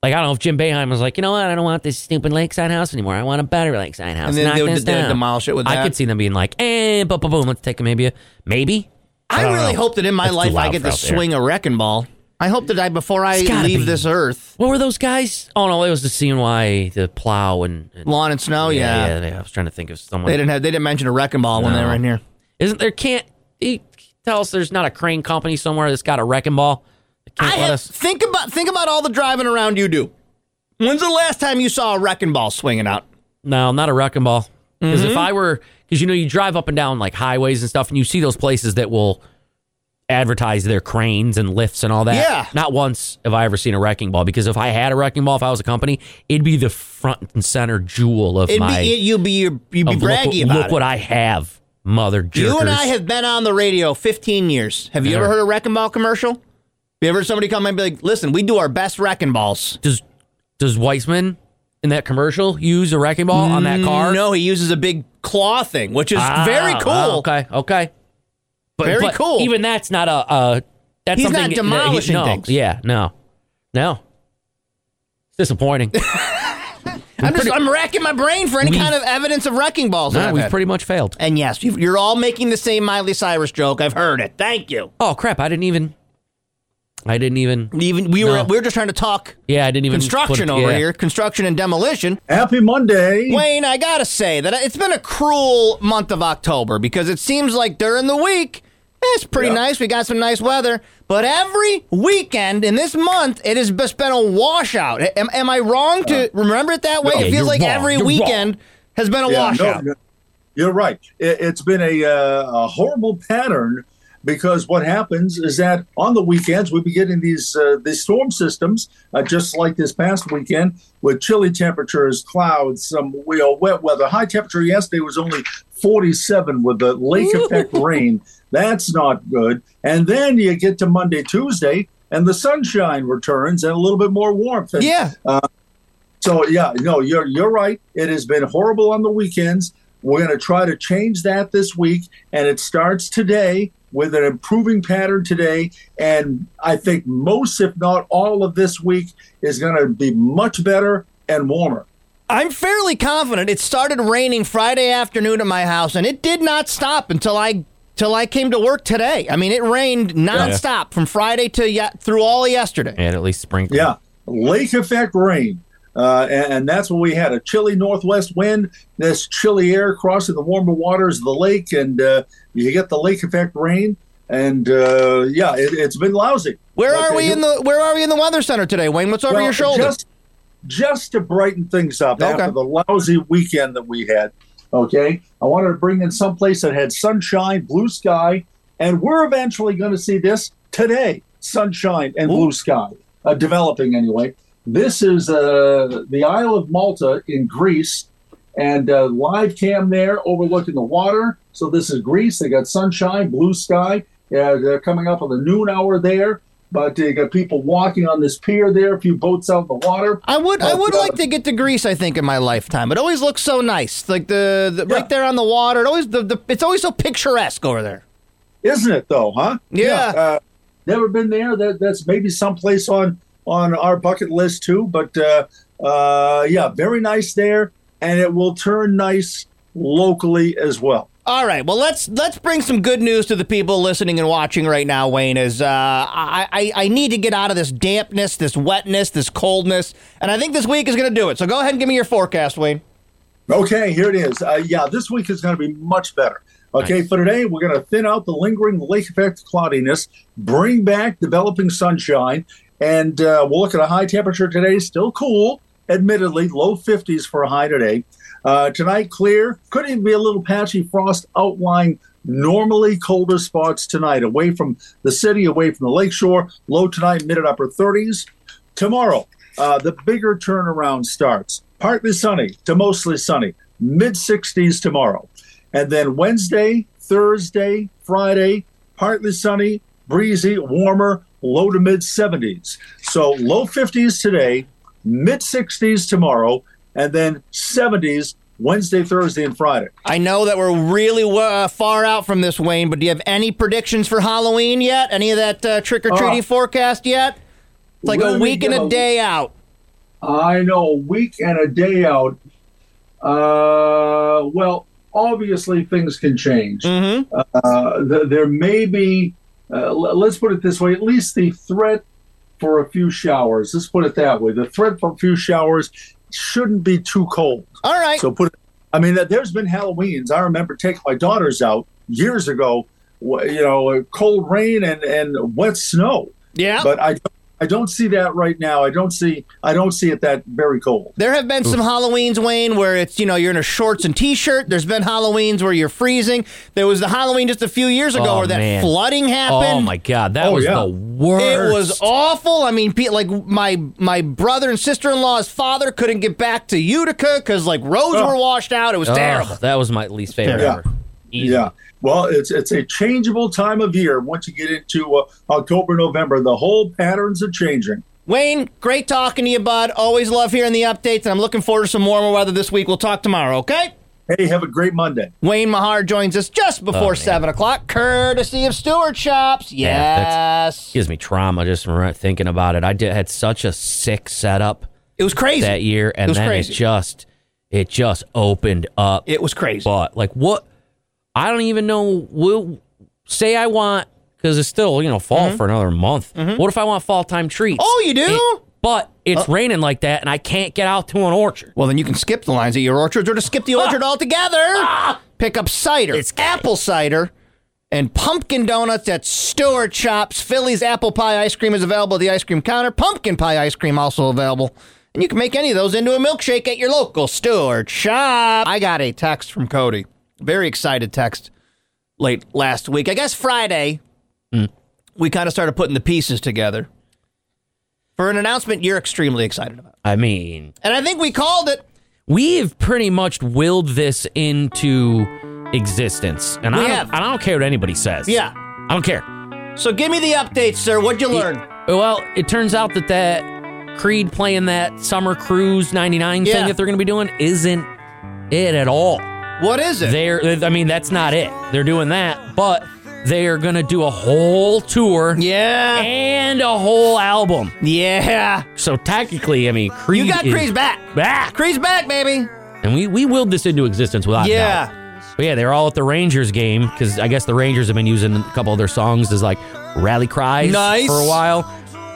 Speaker 2: Like I don't know if Jim Beheim was like, you know what, I don't want this stupid lakeside house anymore. I want a better lakeside house.
Speaker 1: And then
Speaker 2: Knock
Speaker 1: they would-
Speaker 2: this
Speaker 1: they would
Speaker 2: down."
Speaker 1: demolish it with
Speaker 2: I
Speaker 1: that.
Speaker 2: could see them being like, eh, boom, boom, boom. Let's take maybe a maybe.
Speaker 1: I,
Speaker 2: don't
Speaker 1: really
Speaker 2: know.
Speaker 1: hope that in my
Speaker 2: That's too
Speaker 1: life I
Speaker 2: loud
Speaker 1: get
Speaker 2: for
Speaker 1: to
Speaker 2: out there.
Speaker 1: swing a wrecking ball. I hope that I before I
Speaker 2: It's gotta
Speaker 1: leave
Speaker 2: be.
Speaker 1: this earth,
Speaker 2: What were those guys? Oh no, it was the CNY, the plow and, and-
Speaker 1: lawn and snow. Yeah,
Speaker 2: yeah, I was trying to think of someone.
Speaker 1: they didn't have they didn't mention a wrecking ball when they
Speaker 2: No.
Speaker 1: were in here.
Speaker 2: Isn't there? Can't he tell us there's not a crane company somewhere that's got a wrecking ball? That can't
Speaker 1: I
Speaker 2: let
Speaker 1: have,
Speaker 2: us.
Speaker 1: think about think about all the driving around you do. When's the last time you saw a wrecking ball swinging out?
Speaker 2: No, not a wrecking ball. Because
Speaker 1: Mm-hmm.
Speaker 2: if I were, because you know, you drive up and down like highways and stuff, and you see those places that will advertise their cranes and lifts and all that.
Speaker 1: Yeah.
Speaker 2: Not once have I ever seen a wrecking ball. Because if I had a wrecking ball, if I was a company, it'd be the front and center jewel of
Speaker 1: It'd
Speaker 2: my.
Speaker 1: be it, you'd be your, you'd be
Speaker 2: of look,
Speaker 1: braggy
Speaker 2: look
Speaker 1: about it.
Speaker 2: what I have, mother jerkers.
Speaker 1: You and I have been on the radio 15 years. Have you ever
Speaker 2: Never.
Speaker 1: heard a wrecking ball commercial? You ever heard somebody come and be like, "Listen, we do our best wrecking balls."
Speaker 2: Does does Weissman in that commercial use a wrecking ball on that car?
Speaker 1: No, he uses a big claw thing, which is
Speaker 2: Ah,
Speaker 1: very cool.
Speaker 2: ah, okay, okay. But,
Speaker 1: Very
Speaker 2: but
Speaker 1: cool.
Speaker 2: Even that's not a. Uh, that's
Speaker 1: He's not
Speaker 2: something that he-
Speaker 1: demolishing
Speaker 2: no,
Speaker 1: things.
Speaker 2: Yeah, no, no. It's disappointing.
Speaker 1: I'm just I'm racking my brain for any kind of evidence of wrecking balls. that
Speaker 2: no,
Speaker 1: I've
Speaker 2: we've
Speaker 1: had.
Speaker 2: pretty much failed.
Speaker 1: and yes, you- you're all making the same Miley Cyrus joke. I've heard it. Thank you.
Speaker 2: Oh crap! I didn't even. I didn't even.
Speaker 1: Even we were
Speaker 2: No.
Speaker 1: we were just trying to talk
Speaker 2: Yeah, I didn't even. put it-
Speaker 1: construction over
Speaker 2: yeah.
Speaker 1: here, construction and demolition.
Speaker 4: Happy Monday.
Speaker 1: Wayne, I gotta say that it's been a cruel month of October because it seems like during the week it's pretty nice. We got some nice weather, but every weekend in this month it has just been a washout. Am, am I wrong to remember it that way?
Speaker 2: Yeah,
Speaker 1: it feels
Speaker 2: you're
Speaker 1: like
Speaker 2: wrong.
Speaker 1: every
Speaker 2: You're wrong.
Speaker 1: weekend has been a washout.
Speaker 4: you're- you're right. It, it's been a, uh, a horrible pattern because what happens is that on the weekends we be getting these uh, these storm systems, uh, just like this past weekend, with chilly temperatures, clouds, some you know, wet weather. High temperature yesterday was only 47 with the lake effect rain. That's not good. And then you get to Monday, Tuesday, and the sunshine returns and a little bit more warmth. And
Speaker 1: yeah,
Speaker 4: so yeah, no, you're you're right. It has been horrible on the weekends. We're going to try to change that this week, and it starts today with an improving pattern today. And I think most, if not all, of this week is going to be much better and warmer.
Speaker 1: I'm fairly confident it started raining Friday afternoon at my house, and it did not stop until I till I came to work today. I mean, it rained nonstop from Friday to ye- through all of yesterday.
Speaker 2: And at least sprinkle.
Speaker 4: Yeah, lake effect rain. Uh, and, and that's what we had a chilly northwest wind, this chilly air crossing the warmer waters of the lake, and uh, you get the lake effect rain. And uh, yeah, it, it's been lousy.
Speaker 1: Where
Speaker 4: But,
Speaker 1: are
Speaker 4: uh,
Speaker 1: we in the Where are we in the weather center today, Wayne? What's over
Speaker 4: Well,
Speaker 1: your shoulder?
Speaker 4: Just, just to brighten things up
Speaker 1: Okay.
Speaker 4: after the lousy weekend that we had. Okay, I wanted to bring in someplace that had sunshine, blue sky, and we're eventually going to see this today: sunshine and blue sky uh, developing anyway. This is uh, the Isle of Malta in Greece, and uh, live cam there overlooking the water. So this is Greece. They got sunshine, blue sky. Uh, they're coming up on the noon hour there. But uh, you got people walking on this pier there, a few boats out in the water.
Speaker 1: I would I
Speaker 4: But,
Speaker 1: would
Speaker 4: uh,
Speaker 1: like to get to Greece. I think in my lifetime, it always looks so nice, like the, the right there on the water. It always the, the it's always so picturesque over there.
Speaker 4: isn't it though, huh?
Speaker 1: Yeah.
Speaker 4: Uh, never been there. That that's maybe someplace on on our bucket list too. But uh, uh, yeah, very nice there, and it will turn nice locally as well.
Speaker 1: All right, well let's let's bring some good news to the people listening and watching right now. Wayne is uh, I, I I need to get out of this dampness, this wetness, this coldness, and I think this week is going to do it. So go ahead and give me your forecast, Wayne.
Speaker 4: Okay, here it is. Uh, yeah, this week is going to be much better. Okay, for today, we're going to thin out the lingering lake effect cloudiness, bring back developing sunshine, and uh, we'll look at a high temperature today, still cool, admittedly, low 50s for a high today. Uh, tonight, clear, could even be a little patchy frost outlying normally colder spots tonight, away from the city, away from the lakeshore, low tonight, mid and upper 30s. Tomorrow, uh, the bigger turnaround starts. Partly sunny to mostly sunny, mid 60s tomorrow. And then Wednesday, Thursday, Friday, partly sunny, breezy, warmer, low to mid 70s. So low 50s today, mid 60s tomorrow, and then 70s Wednesday, Thursday, and Friday.
Speaker 1: I know that we're really uh, far out from this, Wayne, but do you have any predictions for Halloween yet? Any of that uh, trick or treating
Speaker 4: Oh.
Speaker 1: forecast yet? It's like
Speaker 4: Where
Speaker 1: a
Speaker 4: do we
Speaker 1: week and
Speaker 4: go?
Speaker 1: a day out.
Speaker 4: I know a week and a day out. Uh, well, obviously things can change. Uh, th- there may be, uh, l- let's put it this way, at least the threat for a few showers. Let's put it that way. The threat for a few showers shouldn't be too cold.
Speaker 1: All right.
Speaker 4: So put, I mean, that there's been Halloweens. I remember taking my daughters out years ago. wh- You know, cold rain and and wet snow.
Speaker 1: yeah.
Speaker 4: But I I don't see that right now. I don't see I don't see it that very cold.
Speaker 1: There have been some Halloweens, Wayne, where it's, you know, you're in a shorts and t shirt. There's been Halloweens where you're freezing. There was the Halloween just a few years ago
Speaker 2: Oh,
Speaker 1: where that
Speaker 2: man.
Speaker 1: flooding happened.
Speaker 2: Oh my god, that
Speaker 4: Oh,
Speaker 2: was
Speaker 4: yeah.
Speaker 2: the
Speaker 4: It
Speaker 2: worst.
Speaker 1: It was awful. I mean, pe- like my my brother and sister in law's father couldn't get back to Utica because like roads
Speaker 4: Oh.
Speaker 1: were washed out. It was
Speaker 2: Ugh,
Speaker 1: terrible.
Speaker 2: That was my least favorite
Speaker 4: Yeah.
Speaker 2: ever. Easy.
Speaker 4: Yeah. Well, it's it's a changeable time of year. Once you get into uh, October, November, the whole patterns are changing.
Speaker 1: Wayne, great talking to you, bud. Always love hearing the updates, and I'm looking forward to some warmer weather this week. We'll talk tomorrow, okay?
Speaker 4: Hey, have a great Monday.
Speaker 1: Wayne Mahar joins us just
Speaker 2: Oh,
Speaker 1: before
Speaker 2: man.
Speaker 1: 7 o'clock, courtesy of Stewart Shops.
Speaker 2: Yeah, that's-
Speaker 1: Yes.
Speaker 2: Gives me trauma just from re- thinking about it. I did, had such a sick setup
Speaker 1: It was crazy.
Speaker 2: that year, and
Speaker 1: was
Speaker 2: then
Speaker 1: crazy.
Speaker 2: it just it just opened up.
Speaker 1: it was crazy.
Speaker 2: but like what? I don't even know. Will say I want because it's still you know fall for another month. What if I want fall time treats?
Speaker 1: Mm-hmm. Oh, uh, you do?
Speaker 2: It- but it's raining like that, and I can't get out to an orchard.
Speaker 1: well, then you can skip the lines at your orchards or just skip the orchard altogether. Pick up cider,
Speaker 2: It's-
Speaker 1: apple cider, and pumpkin donuts at Stewart Shops. Philly's apple pie ice cream is available at the ice cream counter. Pumpkin pie ice cream also available. And you can make any of those into a milkshake at your local Stewart Shop. I got a text from Cody. Very excited text late last week. I guess Friday, we kind of started putting the pieces together for an announcement you're extremely excited about.
Speaker 2: I mean,
Speaker 1: And I think we called it.
Speaker 2: we've pretty much willed this into existence, and
Speaker 1: We
Speaker 2: I
Speaker 1: have.
Speaker 2: don't, and I don't care what anybody says.
Speaker 1: Yeah.
Speaker 2: I don't care.
Speaker 1: So give me the update, sir. What'd you learn?
Speaker 2: Well, it turns out that that Creed playing that summer cruise '99
Speaker 1: Yeah.
Speaker 2: thing that they're going to be doing isn't it at all.
Speaker 1: What is it?
Speaker 2: They're, I mean, that's not it. They're doing that, but they are going to do a whole tour
Speaker 1: yeah.
Speaker 2: and a whole album.
Speaker 1: Yeah.
Speaker 2: So technically, I mean, Creed
Speaker 1: You got
Speaker 2: is
Speaker 1: Cree's back.
Speaker 2: back,
Speaker 1: Cree's back, baby.
Speaker 2: and we we willed this into existence without a doubt.
Speaker 1: Yeah.
Speaker 2: But yeah, they're all at the Rangers game because I guess the Rangers have been using a couple of their songs as like rally cries
Speaker 1: Nice.
Speaker 2: for a while.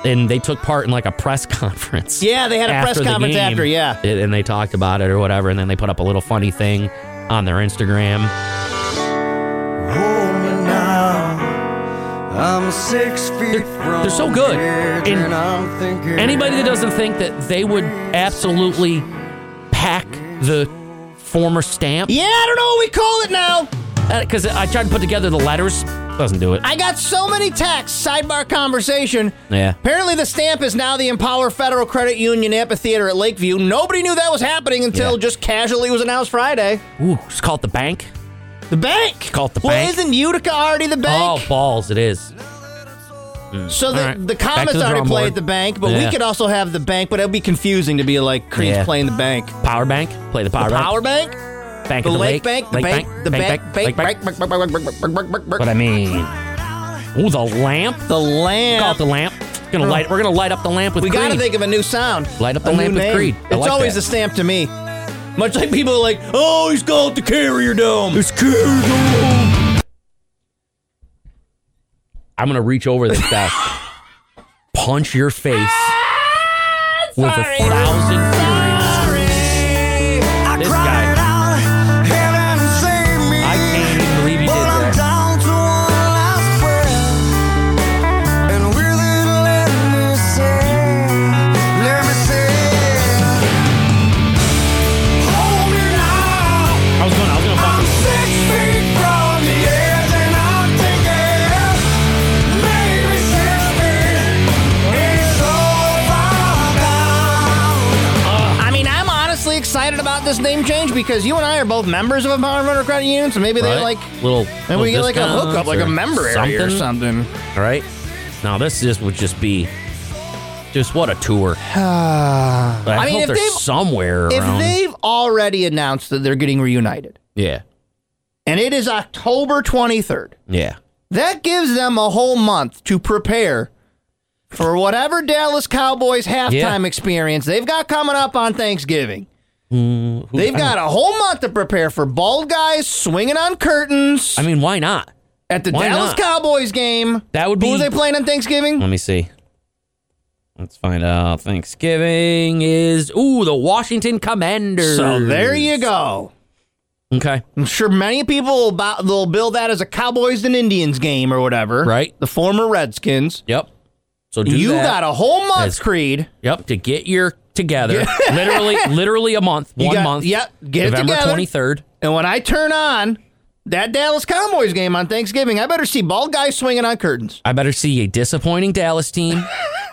Speaker 2: And they took part in like a press conference.
Speaker 1: Yeah, they had a
Speaker 2: after
Speaker 1: press
Speaker 2: the
Speaker 1: conference
Speaker 2: game.
Speaker 1: after, yeah.
Speaker 2: And and they talked about it or whatever. And then they put up a little funny thing on their Instagram. They're, they're so good. And anybody that doesn't think that they would absolutely pack the former stamp
Speaker 1: Yeah, I don't know what we call it now.
Speaker 2: because Uh, I tried to put together the letters. Doesn't do it.
Speaker 1: I got so many texts, sidebar conversation.
Speaker 2: yeah.
Speaker 1: Apparently, the stamp is now the Empower Federal Credit Union Amphitheater at Lakeview. Nobody knew that was happening until
Speaker 2: Yeah.
Speaker 1: just casually it was announced Friday.
Speaker 2: Ooh, it's called the bank.
Speaker 1: The bank.
Speaker 2: called the
Speaker 1: well,
Speaker 2: bank.
Speaker 1: isn't Utica already the bank?
Speaker 2: Oh, balls, it is.
Speaker 1: So the,
Speaker 2: All right.
Speaker 1: the
Speaker 2: Back to
Speaker 1: Comets
Speaker 2: the
Speaker 1: already
Speaker 2: drawing
Speaker 1: play
Speaker 2: board.
Speaker 1: at the bank, but
Speaker 2: Yeah.
Speaker 1: we could also have the bank, but it would be confusing to be like Creed's
Speaker 2: Yeah.
Speaker 1: playing the bank.
Speaker 2: Power bank. Play the power
Speaker 1: the
Speaker 2: bank.
Speaker 1: power bank?
Speaker 2: bank
Speaker 1: The
Speaker 2: of
Speaker 1: lake bank? The
Speaker 2: Lake
Speaker 1: bank? The bank? Bank? Bank? bank, bank, bank,
Speaker 2: Lake
Speaker 1: bank, bank, bank, bank, bank, bank.
Speaker 2: What I mean. Ooh, the lamp.
Speaker 1: The
Speaker 2: Call it
Speaker 1: lamp.
Speaker 2: the lamp. Gonna light. We're gonna light up the lamp with.
Speaker 1: We
Speaker 2: Creed.
Speaker 1: got to think of a new sound.
Speaker 2: Light up the
Speaker 1: A new
Speaker 2: lamp with
Speaker 1: name.
Speaker 2: Creed. I
Speaker 1: It's
Speaker 2: like
Speaker 1: always
Speaker 2: that.
Speaker 1: the stamp to me. Much like people are like, oh, he's called the carrier dome.
Speaker 2: I'm gonna reach over this desk, punch your face with a thousand furies. This guy, I can't even believe you did that. I was gonna, I was gonna fuck him.
Speaker 1: I mean, I'm honestly excited about this name change because you and I are both members of a Power Runner credit union, so maybe they
Speaker 2: Right?
Speaker 1: like.
Speaker 2: little,
Speaker 1: And
Speaker 2: little
Speaker 1: we get like a
Speaker 2: discounts
Speaker 1: hookup, like
Speaker 2: or
Speaker 1: a member area or something.
Speaker 2: All right. Now this just would just be, just what a tour. I,
Speaker 1: I mean,
Speaker 2: hope
Speaker 1: if
Speaker 2: they're
Speaker 1: they've-
Speaker 2: somewhere
Speaker 1: If
Speaker 2: around.
Speaker 1: they've already announced that they're getting reunited,
Speaker 2: yeah,
Speaker 1: and it is October 23rd,
Speaker 2: yeah.
Speaker 1: that gives them a whole month to prepare for whatever Dallas Cowboys halftime experience they've got coming up on Thanksgiving.
Speaker 2: Mm,
Speaker 1: They've got a whole month to prepare for bald guys swinging on curtains
Speaker 2: I mean, why not?
Speaker 1: at the
Speaker 2: why
Speaker 1: Dallas
Speaker 2: not?
Speaker 1: Cowboys game.
Speaker 2: That would
Speaker 1: Who
Speaker 2: be- Mm.
Speaker 1: are they playing on Thanksgiving?
Speaker 2: Let me see. Let's find out. Thanksgiving is ooh the Washington Commanders.
Speaker 1: So there you go.
Speaker 2: Okay.
Speaker 1: I'm sure many people will, buy, will bill that as a Cowboys and Indians game or whatever.
Speaker 2: Right.
Speaker 1: The former Redskins.
Speaker 2: Yep. So do
Speaker 1: you
Speaker 2: that.
Speaker 1: got a whole month,
Speaker 2: That's-
Speaker 1: Creed.
Speaker 2: Yep, to get your together. literally, literally a month.
Speaker 1: You
Speaker 2: One
Speaker 1: got-
Speaker 2: month.
Speaker 1: yep, get it
Speaker 2: November
Speaker 1: together.
Speaker 2: twenty third.
Speaker 1: And when I turn on that Dallas Cowboys game on Thanksgiving, I better see bald guys swinging on curtains.
Speaker 2: I better see a disappointing Dallas team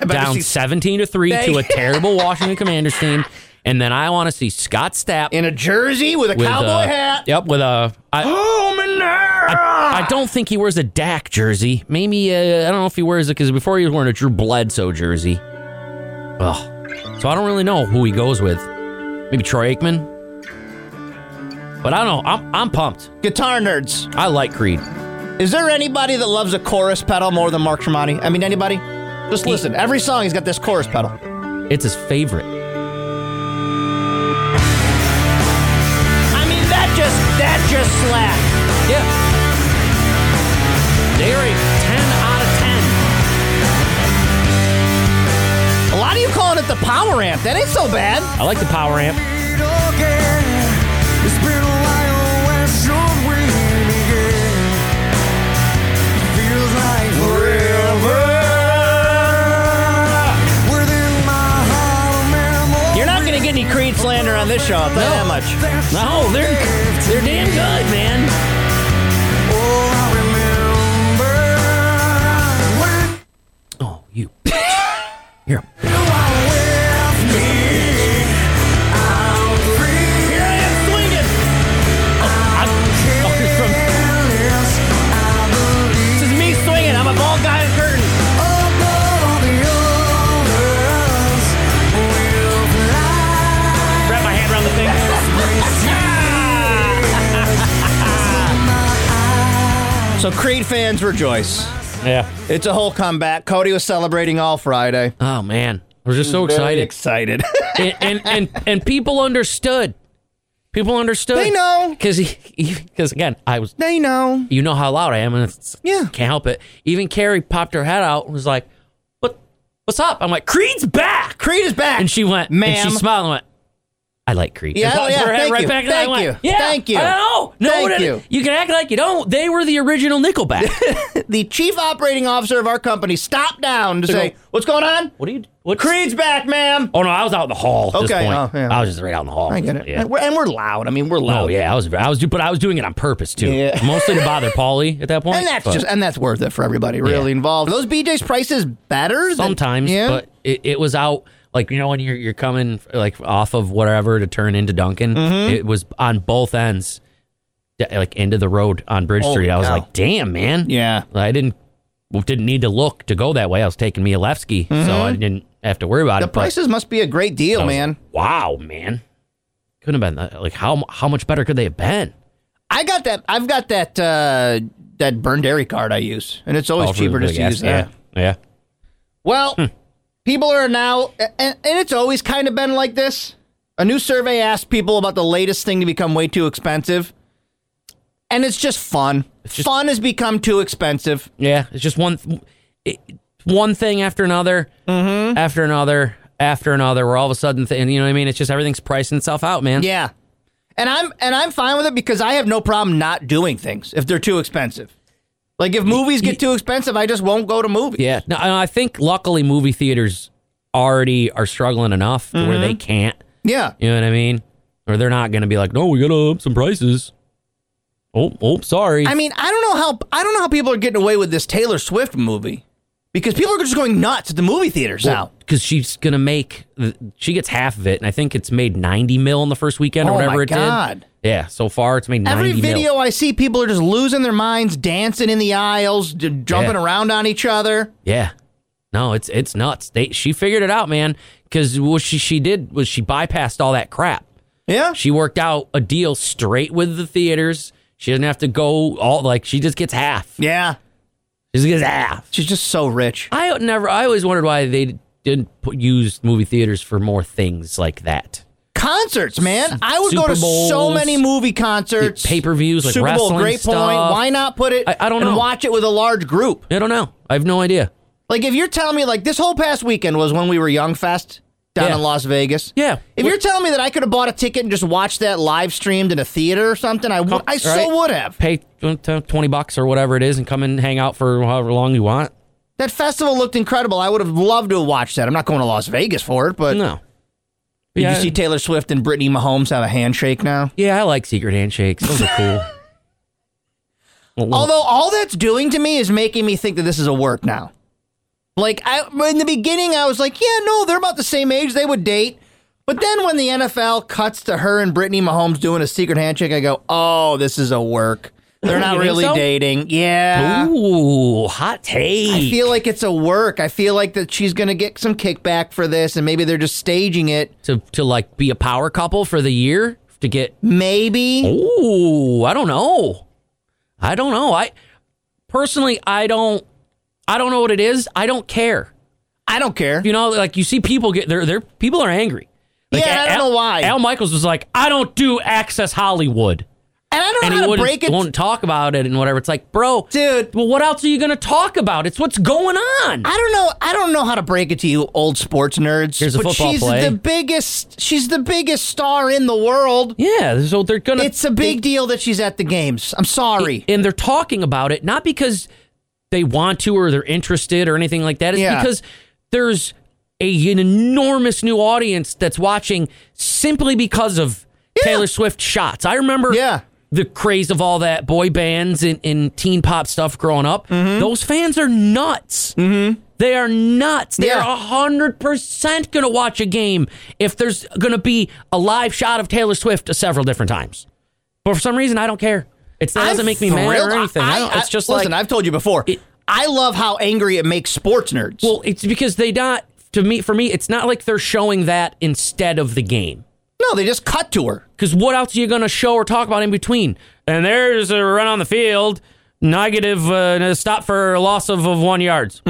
Speaker 2: down
Speaker 1: see-
Speaker 2: seventeen to three to a
Speaker 1: Thank-
Speaker 2: terrible Washington Commanders team, and then I want to see Scott Stapp
Speaker 1: In a jersey with a
Speaker 2: with
Speaker 1: cowboy
Speaker 2: a
Speaker 1: hat.
Speaker 2: Yep, with a. I,
Speaker 1: Home in there.
Speaker 2: I don't think he wears a Dak jersey. Maybe uh, I don't know if he wears it because before he was wearing a Drew Bledsoe jersey. Ugh. So I don't really know who he goes with. Maybe Troy Aikman. But I don't know. I'm I'm pumped.
Speaker 1: Guitar nerds.
Speaker 2: I like Creed.
Speaker 1: Is there anybody that loves a chorus pedal more than Mark Tremonti? I mean, anybody? Just listen. Every song he's got this chorus pedal.
Speaker 2: It's his favorite.
Speaker 1: I mean, that just that just slapped.
Speaker 2: Yeah. They're a 10 out of
Speaker 1: A lot of you calling it the power amp. That ain't so bad.
Speaker 2: 10. I like the power amp.
Speaker 1: You're not gonna get any Creed slander on this show. I'll tell you that much.
Speaker 2: No, they're they're damn good, man. Oh, you. You're a-
Speaker 1: Oh,
Speaker 2: I'm fucking from-
Speaker 1: This is me swinging. I'm a bald guy in curtain. Wrap my hand around the thing. So Creed fans rejoice.
Speaker 2: Yeah.
Speaker 1: It's a whole comeback. Cody was celebrating all Friday.
Speaker 2: Oh man, we're just so
Speaker 1: Very
Speaker 2: excited.
Speaker 1: Excited.
Speaker 2: and, and and and people understood. People understood.
Speaker 1: They know.
Speaker 2: because because again, I was
Speaker 1: they know.
Speaker 2: you know how loud I am, and it's,
Speaker 1: Yeah.
Speaker 2: can't help it. Even Carrie popped her head out and was like, "What? What's up?" I'm like, "Creed's back!"
Speaker 1: Creed is back.
Speaker 2: And she went, and
Speaker 1: Ma'am.
Speaker 2: she smiled and went, "I like Creed."
Speaker 1: Yeah,
Speaker 2: and popped
Speaker 1: yeah,
Speaker 2: her head
Speaker 1: thank
Speaker 2: right
Speaker 1: you,
Speaker 2: back, and I
Speaker 1: thank
Speaker 2: went,
Speaker 1: you,
Speaker 2: "Yeah,
Speaker 1: thank you,
Speaker 2: I know. No,
Speaker 1: thank
Speaker 2: it-
Speaker 1: you."
Speaker 2: You can act like you don't. They were the original Nickelback.
Speaker 1: the chief operating officer of our company stopped down to
Speaker 2: go-
Speaker 1: say, "What's going on?
Speaker 2: what do you? What?
Speaker 1: Creed's back, ma'am."
Speaker 2: Oh no, I was out in the hall. At
Speaker 1: Okay,
Speaker 2: this point.
Speaker 1: oh, yeah.
Speaker 2: I was just right out in the hall.
Speaker 1: I get it.
Speaker 2: Yeah.
Speaker 1: And, we're, and we're loud. I mean, we're loud.
Speaker 2: Oh yeah, I was. I was. do- But I was doing it on purpose too,
Speaker 1: Yeah.
Speaker 2: mostly to bother Paulie at that point.
Speaker 1: And that's
Speaker 2: but
Speaker 1: just and that's worth it for everybody really
Speaker 2: Yeah.
Speaker 1: involved. Are those BJ's prices better than-
Speaker 2: sometimes.
Speaker 1: yeah.
Speaker 2: But it, it was out like you know when you're you're coming like off of whatever to turn into Duncan.
Speaker 1: Mm-hmm.
Speaker 2: It was on both ends, d- like end of the road on Bridge
Speaker 1: Holy
Speaker 2: Street. I was
Speaker 1: cow.
Speaker 2: like, damn man.
Speaker 1: yeah.
Speaker 2: I didn't didn't need to look to go that way. I was taking Mielewski, so I didn't have to worry about
Speaker 1: Mm-hmm. The
Speaker 2: it. but-
Speaker 1: prices must be a great deal,
Speaker 2: I was
Speaker 1: man.
Speaker 2: like, Wow, man. Couldn't have been that. Like how how much better could they have been?
Speaker 1: I got that. I've got that uh, that burn dairy card I use, and it's always
Speaker 2: Oh, for
Speaker 1: cheaper
Speaker 2: the
Speaker 1: just to
Speaker 2: gas, Hmm.
Speaker 1: use that.
Speaker 2: Yeah. yeah.
Speaker 1: Well, people are now, and, and it's always kind of been like this. A new survey asked people about the latest thing to become way too expensive, and it's just fun.
Speaker 2: just-
Speaker 1: fun has become too expensive.
Speaker 2: Yeah, it's just one it, one thing after another,
Speaker 1: Mm-hmm.
Speaker 2: after another, after another. Where all of a sudden, th- and you know what I mean? It's just everything's pricing itself out, man.
Speaker 1: Yeah, and I'm and I'm fine with it because I have no problem not doing things if they're too expensive. Like if movies get too expensive, I just won't go to movies.
Speaker 2: Yeah. No, and I think luckily movie theaters already are struggling enough to where
Speaker 1: Mm-hmm.
Speaker 2: they can't.
Speaker 1: yeah.
Speaker 2: You know what I mean? Or they're not going to be like, no, we got to up some prices. Oh, oh, sorry.
Speaker 1: I mean, I don't know how I don't know how people are getting away with this Taylor Swift movie because people are just going nuts at the movie theaters now.
Speaker 2: because she's gonna make she gets half of it, and I think it's made ninety mil in the first weekend or
Speaker 1: Oh,
Speaker 2: whatever
Speaker 1: my
Speaker 2: it
Speaker 1: God.
Speaker 2: did. Yeah, so far it's made ninety
Speaker 1: Every video
Speaker 2: mil.
Speaker 1: I see, people are just losing their minds, dancing in the aisles, d- jumping
Speaker 2: Yeah.
Speaker 1: around on each other.
Speaker 2: Yeah, no, it's it's nuts. They she figured it out, man. Because what she she did was she bypassed all that crap.
Speaker 1: Yeah,
Speaker 2: She worked out a deal straight with the theaters. She doesn't have to go all like she just gets half.
Speaker 1: yeah.
Speaker 2: She just gets half.
Speaker 1: She's just so rich.
Speaker 2: I never. I always wondered why they didn't put, use movie theaters for more things like that.
Speaker 1: Concerts, man. I would go
Speaker 2: Super
Speaker 1: to so
Speaker 2: Bowls,
Speaker 1: many movie concerts,
Speaker 2: the pay-per-views, like
Speaker 1: Super Bowl,
Speaker 2: wrestling
Speaker 1: great point.
Speaker 2: stuff.
Speaker 1: Why not put it?
Speaker 2: I- I don't
Speaker 1: and
Speaker 2: know.
Speaker 1: Watch it with a large group.
Speaker 2: I don't know. I have no idea.
Speaker 1: Like if you're telling me, like this whole past weekend was when we were Young Fest down
Speaker 2: Yeah.
Speaker 1: in Las Vegas.
Speaker 2: Yeah.
Speaker 1: If you're telling me that I could have bought a ticket and just watched that live streamed in a theater or something, I, w- I
Speaker 2: Right.
Speaker 1: so would have.
Speaker 2: pay tw- tw- 20 bucks or whatever it is and come and hang out for however long you want.
Speaker 1: That festival looked incredible. I would have loved to have watched that. I'm not going to Las Vegas for it, but
Speaker 2: No.
Speaker 1: did
Speaker 2: yeah,
Speaker 1: you see Taylor Swift and Brittany Mahomes have a handshake now?
Speaker 2: yeah, I like secret handshakes. Those are cool. Well,
Speaker 1: Although all that's doing to me is making me think that this is a work now. Like I in the beginning, I was like, yeah, no, they're about the same age. They would date. But then when the NFL cuts to her and Brittany Mahomes doing a secret handshake, I go, oh, this is a work. They're
Speaker 2: You
Speaker 1: not
Speaker 2: think
Speaker 1: really
Speaker 2: so?
Speaker 1: dating. Yeah.
Speaker 2: Ooh, hot take.
Speaker 1: uh, I feel like it's a work. I feel like that she's going to get some kickback for this, and maybe they're just staging it.
Speaker 2: to to like be a power couple for the year to get
Speaker 1: Maybe.
Speaker 2: Oh. Ooh, I don't know. I don't know. I personally I don't I don't know what it is. I don't care.
Speaker 1: I don't care.
Speaker 2: You know, like you see people get they're, they're people are angry. Like,
Speaker 1: Yeah, I don't
Speaker 2: Al-
Speaker 1: know why.
Speaker 2: Al Michaels was like, I don't do Access Hollywood.
Speaker 1: and I don't
Speaker 2: and
Speaker 1: know
Speaker 2: he
Speaker 1: how to
Speaker 2: wouldn't,
Speaker 1: break it.
Speaker 2: won't talk about it and whatever. It's like, bro,
Speaker 1: Dude.
Speaker 2: Well, what else are you gonna talk about? It's what's going on.
Speaker 1: I don't know. I don't know how to break it to you, old sports nerds.
Speaker 2: Here's a
Speaker 1: but
Speaker 2: football
Speaker 1: she's
Speaker 2: play.
Speaker 1: the biggest. She's the biggest star in the world.
Speaker 2: yeah, so they're gonna.
Speaker 1: It's a big deal that she's at the games. I'm sorry.
Speaker 2: and they're talking about it not because they want to or they're interested or anything like that. It's
Speaker 1: Yeah.
Speaker 2: because there's a, an enormous new audience that's watching simply because of Taylor Swift shots. I remember,
Speaker 1: Yeah.
Speaker 2: the craze of all that boy bands and, and teen pop stuff growing up.
Speaker 1: Mm-hmm.
Speaker 2: Those fans are nuts. Mm-hmm. They are nuts. They
Speaker 1: Yeah.
Speaker 2: are hundred percent gonna watch a game if there's gonna be a live shot of Taylor Swift several different times. But for some reason, I don't care. It's that doesn't
Speaker 1: I'm
Speaker 2: make me mad
Speaker 1: thrilled.
Speaker 2: or anything. I,
Speaker 1: I-
Speaker 2: don't-
Speaker 1: I-
Speaker 2: it's just
Speaker 1: listen.
Speaker 2: like
Speaker 1: I've told you before.
Speaker 2: It-
Speaker 1: I love how angry it makes sports nerds.
Speaker 2: well, it's because they not to me for me. It's not like they're showing that instead of the game.
Speaker 1: no, they just cut to her.
Speaker 2: Because what else are you gonna show or talk about in between? And there's a run on the field, negative uh, and a stop for a loss of, of one yards.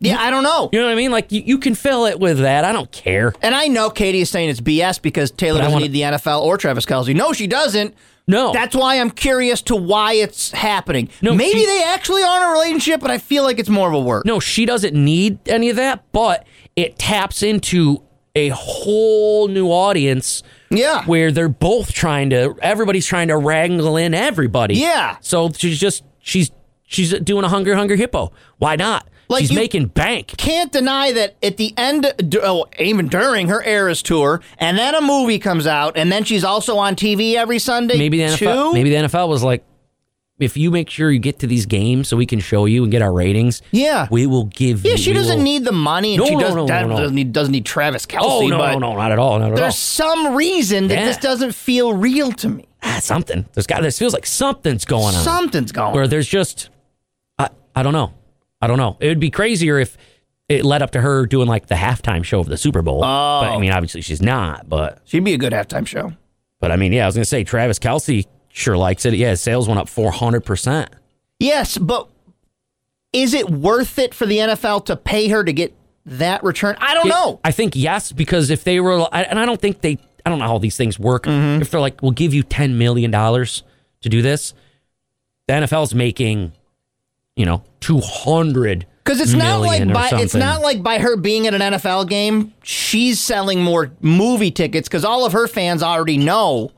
Speaker 1: Yeah, I don't know.
Speaker 2: You know what I mean? Like you, you can fill it with that. I don't care.
Speaker 1: And I know Katie is saying it's BS because Taylor
Speaker 2: But I
Speaker 1: doesn't
Speaker 2: wanna-
Speaker 1: need the NFL or Travis Kelsey. No, she doesn't.
Speaker 2: No,
Speaker 1: That's why I'm curious to why it's happening.
Speaker 2: No,
Speaker 1: Maybe
Speaker 2: she-
Speaker 1: they actually are in a relationship, but I feel like it's more of a work.
Speaker 2: no, she doesn't need any of that. But it taps into a whole new audience
Speaker 1: Yeah.
Speaker 2: where they're both trying to everybody's trying to wrangle in everybody.
Speaker 1: Yeah.
Speaker 2: So she's just she's she's doing a hungry hungry hippo. Why not?
Speaker 1: Like
Speaker 2: she's
Speaker 1: you-
Speaker 2: making bank.
Speaker 1: Can't deny that at the end, d- oh, even during her Eras tour, and then a movie comes out, and then she's also on TV every Sunday.
Speaker 2: Maybe the NFL
Speaker 1: too?
Speaker 2: maybe the NFL was like if you make sure you get to these games so we can show you and get our ratings,
Speaker 1: Yeah.
Speaker 2: we will give
Speaker 1: yeah,
Speaker 2: you
Speaker 1: she
Speaker 2: we
Speaker 1: doesn't
Speaker 2: will-
Speaker 1: need the money, and
Speaker 2: No,
Speaker 1: she
Speaker 2: no,
Speaker 1: does,
Speaker 2: no, no, no.
Speaker 1: doesn't, need, doesn't need Travis Kelsey.
Speaker 2: Oh no,
Speaker 1: but
Speaker 2: no, no, not at all, not at all.
Speaker 1: there's some reason that
Speaker 2: Yeah.
Speaker 1: this doesn't feel real to me.
Speaker 2: ah, something. There's got this feels like something's going on.
Speaker 1: Something's going.
Speaker 2: Oh, Where there's just I I don't know. I don't know. It would be crazier if it led up to her doing like the halftime show of the Super Bowl. Oh. But I mean, obviously she's not, but
Speaker 1: She'd be a good halftime show.
Speaker 2: but I mean, yeah, I was gonna say Travis Kelsey sure likes it. Yeah, his sales went up four hundred percent.
Speaker 1: Yes, but is it worth it for the NFL to pay her to get that return? I don't know.
Speaker 2: I think yes, because if they were, I- and I don't think they, I don't know how these things work.
Speaker 1: Mm-hmm.
Speaker 2: If they're like, we'll give you ten million dollars to do this, the NFL's making, you know, two hundred.
Speaker 1: Because it's not like
Speaker 2: million or
Speaker 1: by it's
Speaker 2: something.
Speaker 1: not like by her being at an NFL game, she's selling more movie tickets because all of her fans already know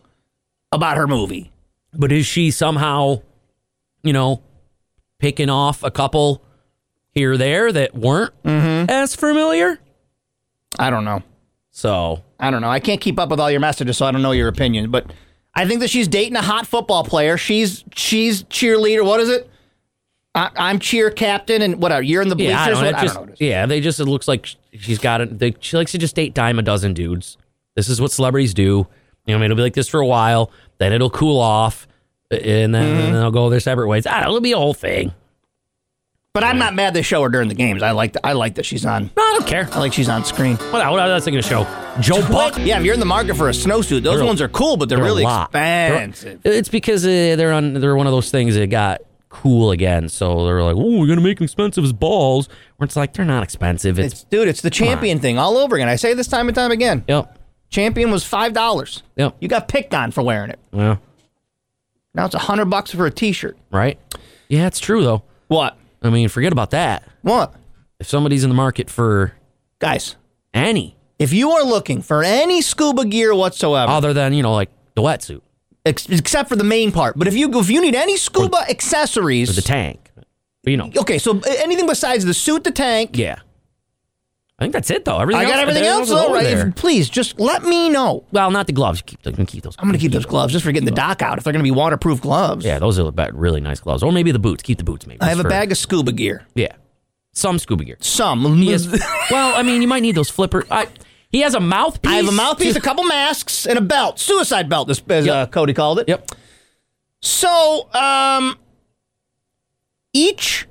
Speaker 1: about her movie.
Speaker 2: But is she somehow, you know, picking off a couple here or there that weren't
Speaker 1: Mm-hmm.
Speaker 2: as familiar?
Speaker 1: I don't know.
Speaker 2: So
Speaker 1: I don't know. I can't keep up with all your messages, so I don't know your opinion. But I think that she's dating a hot football player. She's she's cheerleader. What is it? I, I'm cheer captain, and whatever. You're in the bleachers.
Speaker 2: yeah, I don't, know,
Speaker 1: what-
Speaker 2: it just,
Speaker 1: I don't know. what it is.
Speaker 2: yeah, they just it looks like sh- she's got it. They, she likes to just date dime a dozen dudes. This is what celebrities do. You know, I mean, it'll be like this for a while, then it'll cool off,
Speaker 1: Mm-hmm.
Speaker 2: and then, and then they'll go their separate ways. I don't. know, It'll be a whole thing.
Speaker 1: But I'm not mad they show her during the games. I like that. I like that she's on.
Speaker 2: No, I don't care.
Speaker 1: I like she's on screen.
Speaker 2: What? What? That's like a show. Joe Buck.
Speaker 1: Yeah, if you're in the market for a snowsuit, those
Speaker 2: They're a-
Speaker 1: ones are cool, but they're,
Speaker 2: They're a
Speaker 1: really
Speaker 2: lot. They're-
Speaker 1: expensive.
Speaker 2: it's because uh, they're on. They're one of those things that got cool again. So they're like, oh, we're gonna make them expensive as balls. Where it's like they're not expensive. It's,
Speaker 1: It's dude, it's the champion thing all over again. I say this time and time again.
Speaker 2: yep,
Speaker 1: Champion was five dollars.
Speaker 2: yep,
Speaker 1: You got picked on for wearing it.
Speaker 2: yeah,
Speaker 1: Now it's a hundred bucks for a T-shirt.
Speaker 2: right. Yeah, it's true though.
Speaker 1: What?
Speaker 2: I mean, forget about that.
Speaker 1: What?
Speaker 2: If somebody's in the market for
Speaker 1: Guys,
Speaker 2: any
Speaker 1: if you are looking for any scuba gear whatsoever,
Speaker 2: other than you know like the wetsuit
Speaker 1: ex- except for the main part, but if you if you need any scuba accessories,
Speaker 2: or the tank, you know,
Speaker 1: okay, so uh, anything besides the suit, the tank,
Speaker 2: yeah. I think that's it though. Everything
Speaker 1: I got
Speaker 2: else,
Speaker 1: everything else
Speaker 2: is
Speaker 1: though,
Speaker 2: over
Speaker 1: right?
Speaker 2: there.
Speaker 1: If- please just let me know.
Speaker 2: well, not the gloves. Keep, you can keep those.
Speaker 1: I'm gonna keep those gloves just for getting the dock out. If they're gonna be waterproof gloves,
Speaker 2: Yeah, those are be- really nice gloves, or maybe the boots. Keep the boots, maybe.
Speaker 1: I have
Speaker 2: Just
Speaker 1: a
Speaker 2: for-
Speaker 1: bag of scuba gear.
Speaker 2: Yeah, some scuba gear.
Speaker 1: Some.
Speaker 2: Yes. well, I mean, you might need those flipper. I, he has a mouthpiece.
Speaker 1: I have a mouthpiece, a couple masks, and a belt. Suicide belt, as, as
Speaker 2: Yep.
Speaker 1: uh, Cody called it.
Speaker 2: Yep.
Speaker 1: So, um, each.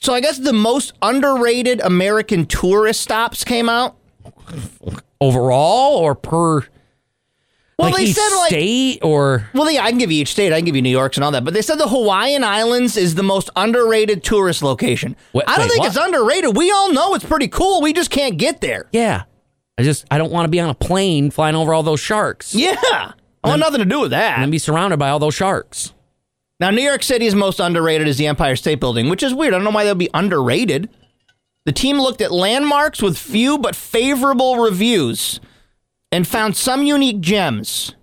Speaker 1: So I guess the most underrated American tourist stops came out.
Speaker 2: Overall, or per.
Speaker 1: Well,
Speaker 2: like
Speaker 1: they
Speaker 2: each
Speaker 1: said like.
Speaker 2: state, or
Speaker 1: Well, yeah, I can give you each state. I can give you New York's and all that. But they said the Hawaiian Islands is the most underrated tourist location.
Speaker 2: Wait-
Speaker 1: I don't
Speaker 2: wait,
Speaker 1: think
Speaker 2: what?
Speaker 1: it's underrated. We all know it's pretty cool. We just can't get there.
Speaker 2: yeah. I just I don't want to be on a plane flying over all those sharks
Speaker 1: Yeah. I want nothing to do with that.
Speaker 2: and be surrounded by all those sharks.
Speaker 1: Now, New York City's most underrated is the Empire State Building, which is weird. I don't know why that would be underrated. The team looked at landmarks with few but favorable reviews and found some unique gems.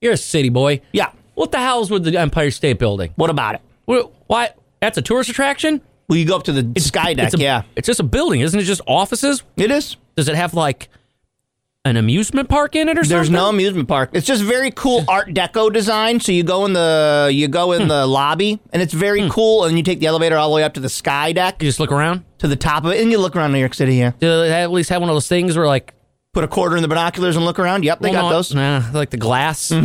Speaker 2: You're a city boy.
Speaker 1: Yeah,
Speaker 2: What the hell's with the Empire State Building?
Speaker 1: what about it?
Speaker 2: Wh- Why? That's a tourist attraction.
Speaker 1: Well, you go up to the sky deck.
Speaker 2: It's a-
Speaker 1: yeah,
Speaker 2: It's just a building, isn't it? Just offices.
Speaker 1: it is.
Speaker 2: Does it have like an amusement park in it or
Speaker 1: There's
Speaker 2: something?
Speaker 1: no amusement park. It's just very cool Art Deco design. So you go in the you go in the lobby, and it's very cool. And you take the elevator all the way up to the sky deck
Speaker 2: You just look around.
Speaker 1: to the top of it, and you look around New York City. Yeah,
Speaker 2: Do they at least have one of those things where like
Speaker 1: put a quarter in the binoculars and look around. Yep, they
Speaker 2: Well,
Speaker 1: got
Speaker 2: no,
Speaker 1: those. Mm-hmm.
Speaker 2: Nah, like the glass. like,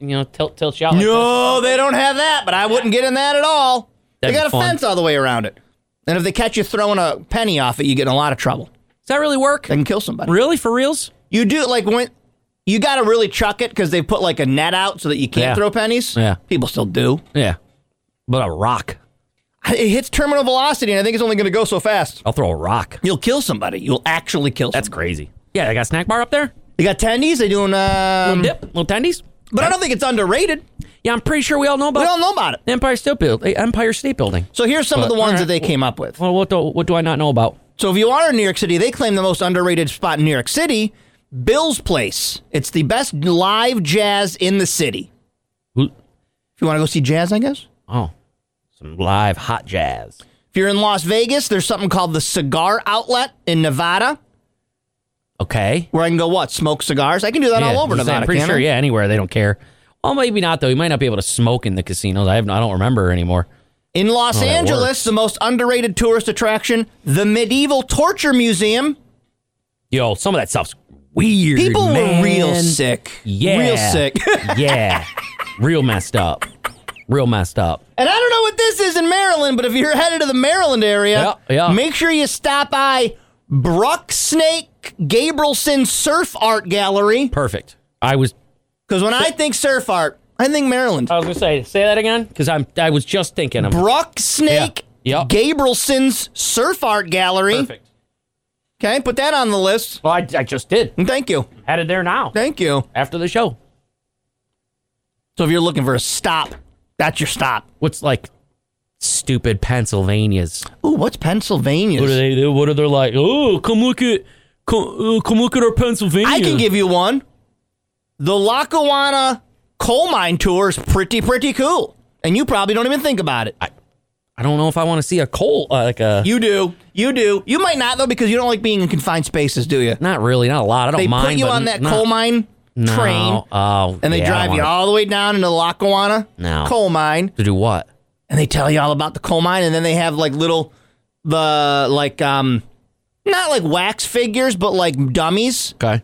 Speaker 2: you know, tilt tilts you out. like
Speaker 1: No, they don't have that, but I wouldn't get in that at all.
Speaker 2: That'd
Speaker 1: they
Speaker 2: be
Speaker 1: got a
Speaker 2: fun.
Speaker 1: fence all the way around it. And if they catch you throwing a penny off it, you get in a lot of trouble.
Speaker 2: this. Does that really work?
Speaker 1: They can kill somebody.
Speaker 2: Really for reals?
Speaker 1: You do like when you got to really chuck it because they put like a net out so that you can't
Speaker 2: Yeah.
Speaker 1: throw pennies.
Speaker 2: Yeah.
Speaker 1: People still do.
Speaker 2: Yeah. But a rock.
Speaker 1: It hits terminal velocity, and I think it's only going to go so fast.
Speaker 2: I'll throw a rock.
Speaker 1: You'll kill somebody. You'll actually kill
Speaker 2: That's
Speaker 1: somebody.
Speaker 2: crazy. Yeah, they got a snack bar up there.
Speaker 1: They got tendies. They doing um,
Speaker 2: Little dip, little tendies.
Speaker 1: but I don't think it's underrated.
Speaker 2: Yeah, I'm pretty sure we all know about
Speaker 1: We all know about it.
Speaker 2: the Empire State Build, eh, Empire State Building.
Speaker 1: So here's some of
Speaker 2: But-
Speaker 1: the ones
Speaker 2: all right.
Speaker 1: that they came up with.
Speaker 2: Well, what do, what do I not know about?
Speaker 1: So if you are in New York City, they claim the most underrated spot in New York City, Bill's Place. It's the best live jazz in the city.
Speaker 2: Who?
Speaker 1: If you want to go see jazz, I guess.
Speaker 2: Oh, some live hot jazz.
Speaker 1: If you're in Las Vegas, there's something called the Cigar Outlet in Nevada,
Speaker 2: Okay.
Speaker 1: where I can go what smoke cigars. I can do that
Speaker 2: Yeah,
Speaker 1: all over
Speaker 2: I'm saying,
Speaker 1: Nevada.
Speaker 2: pretty
Speaker 1: can't
Speaker 2: sure.
Speaker 1: I?
Speaker 2: Yeah, anywhere they don't care. Well, maybe not though. You might not be able to smoke in the casinos. I have. I don't remember anymore.
Speaker 1: In Los
Speaker 2: that
Speaker 1: Angeles, the most underrated tourist attraction, the medieval torture museum.
Speaker 2: Yo, some of that stuff's weird.
Speaker 1: People
Speaker 2: man.
Speaker 1: were real sick.
Speaker 2: Yeah.
Speaker 1: Real sick.
Speaker 2: yeah. Real messed up. Real messed up.
Speaker 1: And I don't know what this is in Maryland, but if you're headed to the Maryland area,
Speaker 2: Yeah, yeah.
Speaker 1: make sure you stop by Brucksnake Gabrielson Surf Art Gallery.
Speaker 2: Perfect. I was
Speaker 1: Because when I think surf art, I think Maryland.
Speaker 2: I was gonna say say that again because I'm I was just thinking of
Speaker 1: Brucksnake
Speaker 2: Yeah. Yep.
Speaker 1: Gabrielson's Surf Art Gallery.
Speaker 2: perfect.
Speaker 1: Okay, put that on the list.
Speaker 2: Well, I, I just did.
Speaker 1: And Thank you.
Speaker 2: Had it there now
Speaker 1: Thank you.
Speaker 2: after the show.
Speaker 1: So if you're looking for a stop, that's your stop.
Speaker 2: What's like stupid Pennsylvania's?
Speaker 1: Ooh, what's Pennsylvania?
Speaker 2: What do they do? What are they like? Oh, come look at come, uh, come look at our Pennsylvania.
Speaker 1: I can give you one. The Lackawanna coal mine tour is pretty, pretty cool. And you probably don't even think about it.
Speaker 2: I don't know if I want to see a coal uh, like a.
Speaker 1: You do. You do. You might not, though, because you don't like being in confined spaces, do you?
Speaker 2: not really, not a lot. I don't
Speaker 1: They
Speaker 2: mind.
Speaker 1: put you
Speaker 2: but
Speaker 1: on that
Speaker 2: not-
Speaker 1: coal mine
Speaker 2: no.
Speaker 1: train,
Speaker 2: Oh,
Speaker 1: and they
Speaker 2: yeah, I
Speaker 1: drive you
Speaker 2: wanna-
Speaker 1: all the way down into the Lackawanna
Speaker 2: No.
Speaker 1: coal mine,
Speaker 2: to do what?
Speaker 1: and they tell you all about the coal mine, and then they have like little, the, like, um, not like wax figures, but like dummies.
Speaker 2: Okay,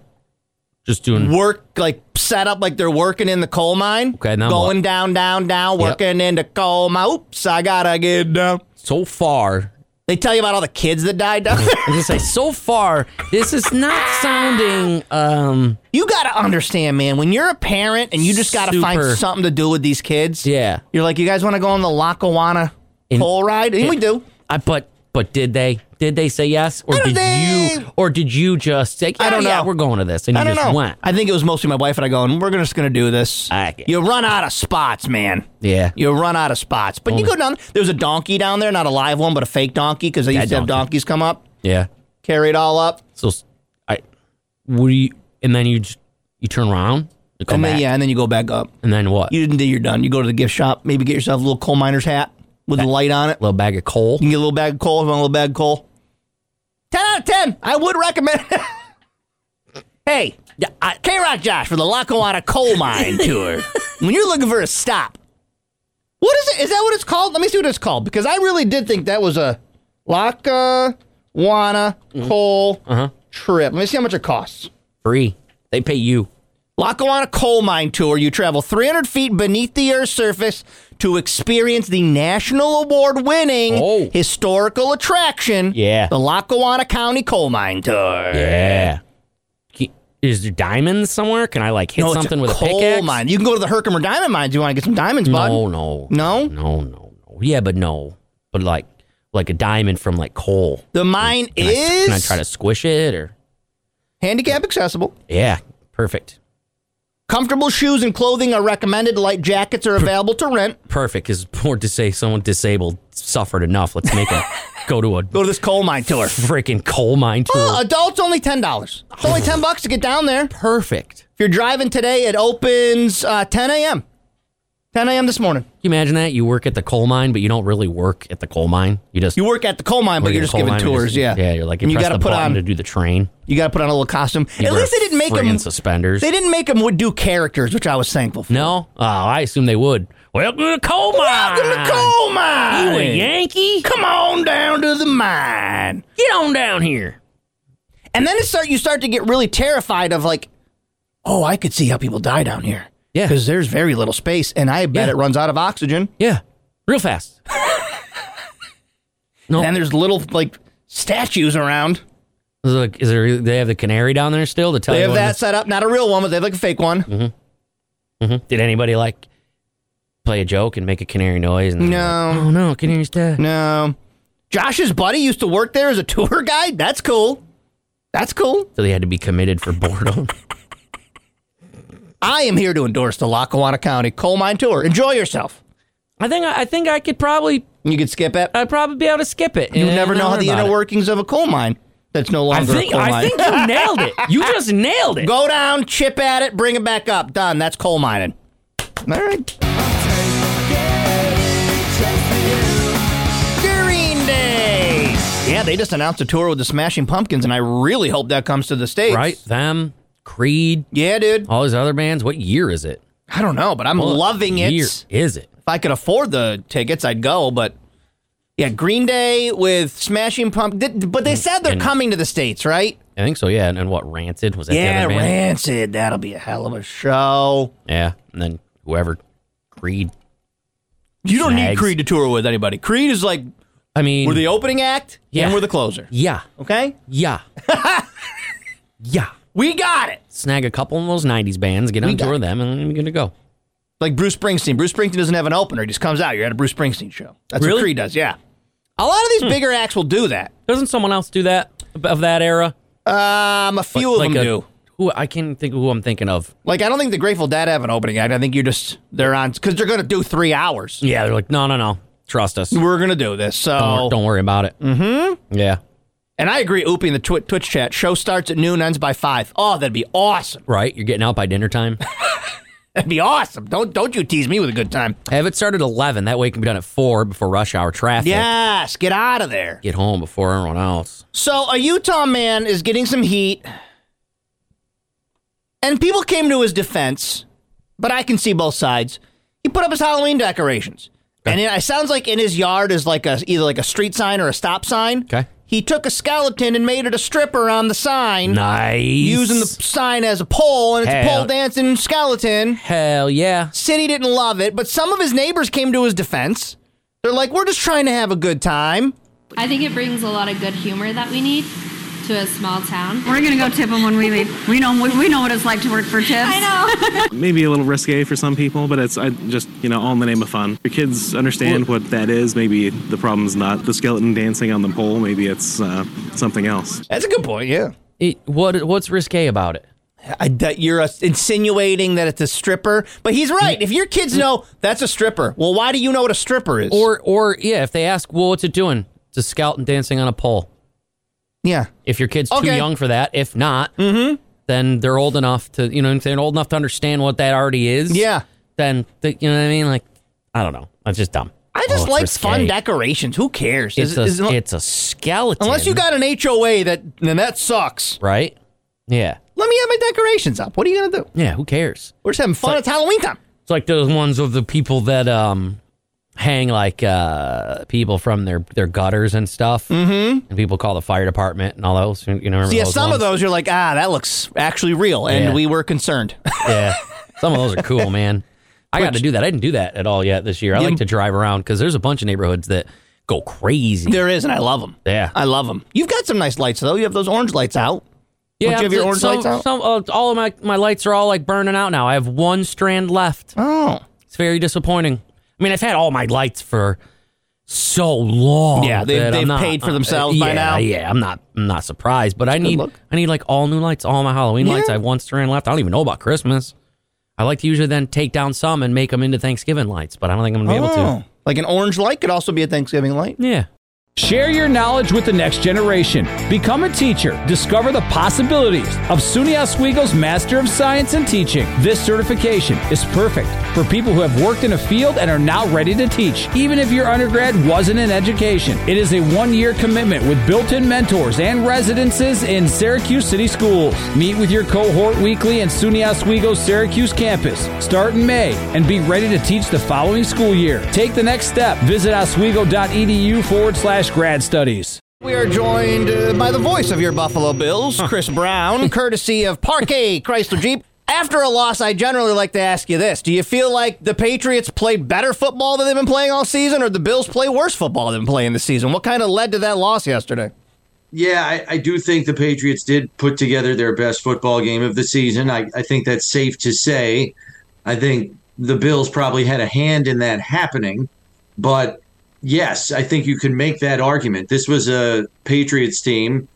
Speaker 2: just doing.
Speaker 1: work like set up like they're working in the coal mine.
Speaker 2: Okay, now
Speaker 1: going
Speaker 2: what?
Speaker 1: down, down, down,
Speaker 2: Yep.
Speaker 1: working in the coal mine. Oops, I gotta get down.
Speaker 2: So far,
Speaker 1: They tell you about all the kids that died down there.
Speaker 2: I was gonna say, so far, this is not sounding. um
Speaker 1: you gotta understand, man. When you're a parent and you just gotta
Speaker 2: Super.
Speaker 1: find something to do with these kids,
Speaker 2: Yeah,
Speaker 1: you're like, you guys want to go on the Lackawanna
Speaker 2: In-
Speaker 1: coal ride? And we do.
Speaker 2: I but but did they did they say yes or
Speaker 1: I don't
Speaker 2: did
Speaker 1: think-
Speaker 2: you or did you just say yeah,
Speaker 1: I don't
Speaker 2: yeah,
Speaker 1: know.
Speaker 2: we're going to this and
Speaker 1: I
Speaker 2: you
Speaker 1: don't
Speaker 2: just
Speaker 1: know.
Speaker 2: went
Speaker 1: I think it was mostly my wife and I going, we're just gonna do this.
Speaker 2: I get it.
Speaker 1: You run out of spots, man.
Speaker 2: yeah
Speaker 1: You run out of spots. But you go down. There was a donkey down there, not a live one, but a fake donkey because they
Speaker 2: Dead
Speaker 1: used to have
Speaker 2: donkey.
Speaker 1: donkeys come up,
Speaker 2: yeah
Speaker 1: carry it all up.
Speaker 2: so s- I would you and then you just you turn around you come
Speaker 1: and then,
Speaker 2: back
Speaker 1: yeah, and then you go back up.
Speaker 2: and then what
Speaker 1: You didn't do. You're done. You go to the gift shop. Maybe get yourself a little coal miner's hat with a light on it.
Speaker 2: little bag of coal
Speaker 1: You can get a little bag of coal. If you want a little bag of coal. Ten out of ten. I would recommend. hey, K Rock Josh for the Lackawanna Coal Mine Tour. When you're looking for a stop, what is it? Is that what it's called? Let me see what it's called because I really did think that was a Lackawanna coal trip. Let me see how much it costs.
Speaker 2: Uh-huh. free they pay you
Speaker 1: Lackawanna Coal Mine Tour, you travel 300 feet beneath the Earth's surface to experience the national award winning
Speaker 2: Oh.
Speaker 1: historical attraction,
Speaker 2: Yeah.
Speaker 1: the Lackawanna County Coal Mine Tour.
Speaker 2: yeah Ki- is there diamonds somewhere can I like hit
Speaker 1: No, it's
Speaker 2: something
Speaker 1: a
Speaker 2: with
Speaker 1: coal
Speaker 2: a pickaxe
Speaker 1: mine. You can go to the Herkimer Diamond Mines. You want to get some diamonds,
Speaker 2: no
Speaker 1: bud?
Speaker 2: no
Speaker 1: No?
Speaker 2: no no no yeah but no but like like a diamond from like coal
Speaker 1: The mine
Speaker 2: Can I-
Speaker 1: is
Speaker 2: can I try to squish it or
Speaker 1: handicap accessible.
Speaker 2: yeah perfect.
Speaker 1: Comfortable shoes and clothing are recommended. Light jackets are available to rent.
Speaker 2: perfect because more to say someone disabled suffered enough. Let's make them go to a
Speaker 1: Go to this coal mine tour.
Speaker 2: freaking coal mine tour.
Speaker 1: Oh, adults only ten dollars. It's only ten bucks to get down there.
Speaker 2: perfect.
Speaker 1: If you're driving today, it opens uh, 10 a.m. 10 a.m. this morning.
Speaker 2: Can you imagine that? You work at the coal mine, but you don't really work at the coal mine. You just
Speaker 1: You work at the coal mine, but
Speaker 2: work
Speaker 1: you're just
Speaker 2: at the coal
Speaker 1: giving
Speaker 2: mine,
Speaker 1: tours.
Speaker 2: just-
Speaker 1: yeah,
Speaker 2: yeah. You're like you
Speaker 1: and you
Speaker 2: press
Speaker 1: got to
Speaker 2: the
Speaker 1: put
Speaker 2: button
Speaker 1: on.
Speaker 2: to do the train.
Speaker 1: you got to put on a little costume.
Speaker 2: You
Speaker 1: At
Speaker 2: wear
Speaker 1: least they didn't make them.
Speaker 2: friggin' suspenders.
Speaker 1: They didn't make them do characters, which I was thankful. for.
Speaker 2: no, oh, I assume they would. Welcome to the coal mine.
Speaker 1: Welcome to coal
Speaker 2: You
Speaker 1: mine.
Speaker 2: a Yankee?
Speaker 1: Come on down to the mine.
Speaker 2: Get on down here.
Speaker 1: And then it start. You start to get really terrified of like, oh, I could see how people die down here.
Speaker 2: Yeah.
Speaker 1: because there's very little space, and I bet
Speaker 2: Yeah.
Speaker 1: it runs out of oxygen.
Speaker 2: Yeah, real fast. no,
Speaker 1: And then there's little like statues around.
Speaker 2: is there, is there? They have the canary down there still to tell
Speaker 1: They
Speaker 2: you.
Speaker 1: have
Speaker 2: when
Speaker 1: that set up, not a real one, but they have like a fake one.
Speaker 2: Mhm. Did anybody like play a joke and make a canary noise? And
Speaker 1: No.
Speaker 2: Oh no, canary's dead.
Speaker 1: No. Josh's buddy used to work there as a tour guide. That's cool. That's cool.
Speaker 2: So they had to be committed for boredom.
Speaker 1: I am here to endorse the Lackawanna County coal mine tour. Enjoy yourself.
Speaker 2: I think I think I could probably
Speaker 1: You could skip it.
Speaker 2: I'd probably be able to skip it.
Speaker 1: You never know how the inner
Speaker 2: work.
Speaker 1: workings of a coal mine that's no
Speaker 2: I
Speaker 1: longer
Speaker 2: think
Speaker 1: a coal
Speaker 2: I
Speaker 1: mine.
Speaker 2: think you nailed it. You just nailed it.
Speaker 1: Go down, chip at it, bring it back up. Done. That's coal mining. All right. Green Day. Yeah, they just announced a tour with the Smashing Pumpkins, and I really hope that comes to the States.
Speaker 2: Right? Them, Creed,
Speaker 1: Yeah, dude.
Speaker 2: all these other bands. What year is it?
Speaker 1: I don't know, but I'm
Speaker 2: What
Speaker 1: loving it.
Speaker 2: year
Speaker 1: If
Speaker 2: Is it?
Speaker 1: I could afford the tickets, I'd go, but Yeah, Green Day with Smashing Pump. Did- But they said they're
Speaker 2: And-
Speaker 1: coming to the states, right?
Speaker 2: I think so, yeah. And, and what, Rancid? Was that
Speaker 1: Yeah,
Speaker 2: the other band?
Speaker 1: Rancid. That'll be a hell of a show.
Speaker 2: Yeah. And then whoever, Creed.
Speaker 1: You don't need
Speaker 2: Snags.
Speaker 1: Creed to tour with anybody. Creed is like
Speaker 2: I mean,
Speaker 1: we're the opening act
Speaker 2: Yeah.
Speaker 1: and we're the closer.
Speaker 2: yeah,
Speaker 1: Okay,
Speaker 2: yeah, yeah.
Speaker 1: we got it.
Speaker 2: Snag a couple of those '90s bands, get on
Speaker 1: got
Speaker 2: tour
Speaker 1: it.
Speaker 2: of them, and we're gonna go.
Speaker 1: Like Bruce Springsteen. Bruce Springsteen doesn't have an opener; he just comes out. You're at a Bruce Springsteen show. That's
Speaker 2: Really? Hmm.
Speaker 1: what Creed does. Yeah, a lot of these bigger acts will do that.
Speaker 2: Doesn't someone else do that of that era?
Speaker 1: Um, a few of
Speaker 2: Like
Speaker 1: them
Speaker 2: a-
Speaker 1: do.
Speaker 2: Who I can't think of who I'm thinking of.
Speaker 1: Like I don't think the Grateful Dead have an opening act. I think you just they're on because they're gonna do three hours.
Speaker 2: Yeah, they're like, no, no, no, trust us.
Speaker 1: We're gonna do this. So
Speaker 2: Don't, don't worry about it. Mm-hmm. Yeah.
Speaker 1: and I agree. Oopie in the twi- Twitch chat show starts at noon, ends by five. Oh, that'd be awesome.
Speaker 2: Right. You're getting out by dinner time.
Speaker 1: That'd be awesome. Don't don't you tease me with a good time.
Speaker 2: Have it start at eleven. That way it can be done at four before rush hour traffic.
Speaker 1: Yes, get out of there.
Speaker 2: Get home before everyone else.
Speaker 1: So a Utah man is getting some heat, and people came to his defense, but I can see both sides. He put up his Halloween decorations, and it, it sounds like in his yard is like a either like a street sign or a stop sign.
Speaker 2: Okay.
Speaker 1: He took a skeleton and made it a stripper on the sign,
Speaker 2: Nice.
Speaker 1: using the sign as a pole, and it's a
Speaker 2: Hell.
Speaker 1: pole dancing skeleton.
Speaker 2: hell yeah.
Speaker 1: City didn't love it, but some of his neighbors came to his defense. They're like, "We're just trying to have a good time."
Speaker 5: I think it brings a lot of good humor that we need to a small town.
Speaker 6: We're gonna go tip them when we leave. We know we, we know what it's like to work for tips.
Speaker 5: I know.
Speaker 7: maybe a little risque for some people, but it's I just you know all in the name of fun. Your kids understand what that is. Maybe the problem's not the skeleton dancing on the pole. Maybe it's uh, something else.
Speaker 1: That's a good point. Yeah.
Speaker 2: It, what what's risque about it?
Speaker 1: I, that you're uh, insinuating that it's a stripper, but he's right. If your kids know that's a stripper, well, why do you know what a stripper is?
Speaker 2: Or or yeah, if they ask, well, what's it doing? It's a skeleton dancing on a pole.
Speaker 1: yeah,
Speaker 2: If your kid's too
Speaker 1: Okay. Mm-hmm.
Speaker 2: young for that, if not, then they're old enough to you know what I'm saying, old enough to understand what that already is.
Speaker 1: Yeah.
Speaker 2: Then th- you know what I mean? Like I don't know. That's just dumb.
Speaker 1: I just
Speaker 2: Oh, it's
Speaker 1: like
Speaker 2: risque.
Speaker 1: fun decorations. Who cares?
Speaker 2: It's
Speaker 1: Is-
Speaker 2: a,
Speaker 1: is-
Speaker 2: it's a skeleton.
Speaker 1: unless you got an HOA that then that sucks.
Speaker 2: right. Yeah.
Speaker 1: Let me have my decorations up. What are you gonna do?
Speaker 2: Yeah. Who cares?
Speaker 1: We're just having fun. It's Halloween time.
Speaker 2: It's like those ones of the people that um hang like uh people from their their gutters and stuff. Mm-hmm. And people call the fire department and all those. You know. remember
Speaker 1: yeah, some of
Speaker 2: ones?
Speaker 1: those you're like, ah, that looks actually real, and
Speaker 2: Yeah.
Speaker 1: we were concerned.
Speaker 2: Yeah. Some of those are cool, man. I got to do that. I didn't do that at all yet this year. I like to drive around because there's a bunch of neighborhoods that go crazy.
Speaker 1: there is, and I love them.
Speaker 2: Yeah.
Speaker 1: I love them. You've got some nice lights though. You have those orange lights out.
Speaker 2: yeah,
Speaker 1: Don't you have your orange
Speaker 2: some,
Speaker 1: lights out?
Speaker 2: some- uh, all of my, my lights are all like burning out now. I have one strand left.
Speaker 1: Oh,
Speaker 2: It's very disappointing. I mean, I've had all my lights for so long.
Speaker 1: Yeah, they-
Speaker 2: that I'm
Speaker 1: they've
Speaker 2: not-
Speaker 1: paid for
Speaker 2: uh,
Speaker 1: themselves by
Speaker 2: yeah,
Speaker 1: now.
Speaker 2: Yeah, I'm not I'm not surprised, but I need
Speaker 1: look.
Speaker 2: I need like all new lights, all my Halloween lights. I have one strand left. I don't even know about Christmas. I like to usually then take down some and make them into Thanksgiving lights, but I don't think I'm gonna be able to.
Speaker 1: Oh. Like an orange light could also be a Thanksgiving light.
Speaker 2: Yeah.
Speaker 8: Share your knowledge with the next generation. Become a teacher. Discover the possibilities of SUNY Oswego's Master of Science in Teaching. This certification is perfect for people who have worked in a field and are now ready to teach, even if your undergrad wasn't in education. It is a one year commitment with built in mentors and residences in Syracuse City Schools. Meet with your cohort weekly in SUNY Oswego's Syracuse campus. Start in May and be ready to teach the following school year. Take the next step. Visit oswego.edu forward slash grad studies.
Speaker 1: We are joined uh, by the voice of your Buffalo Bills, Chris Brown, courtesy of Parquet Chrysler Jeep. After a loss, I generally like to ask you this. Do you feel like the Patriots played better football than they've been playing all season, or the Bills play worse football than playing this season? What kind of led to that loss yesterday?
Speaker 7: Yeah, I, I do think the Patriots did put together their best football game of the season. I, I think that's safe to say. I think the Bills probably had a hand in that happening. But yes, I think you can make that argument. This was a Patriots team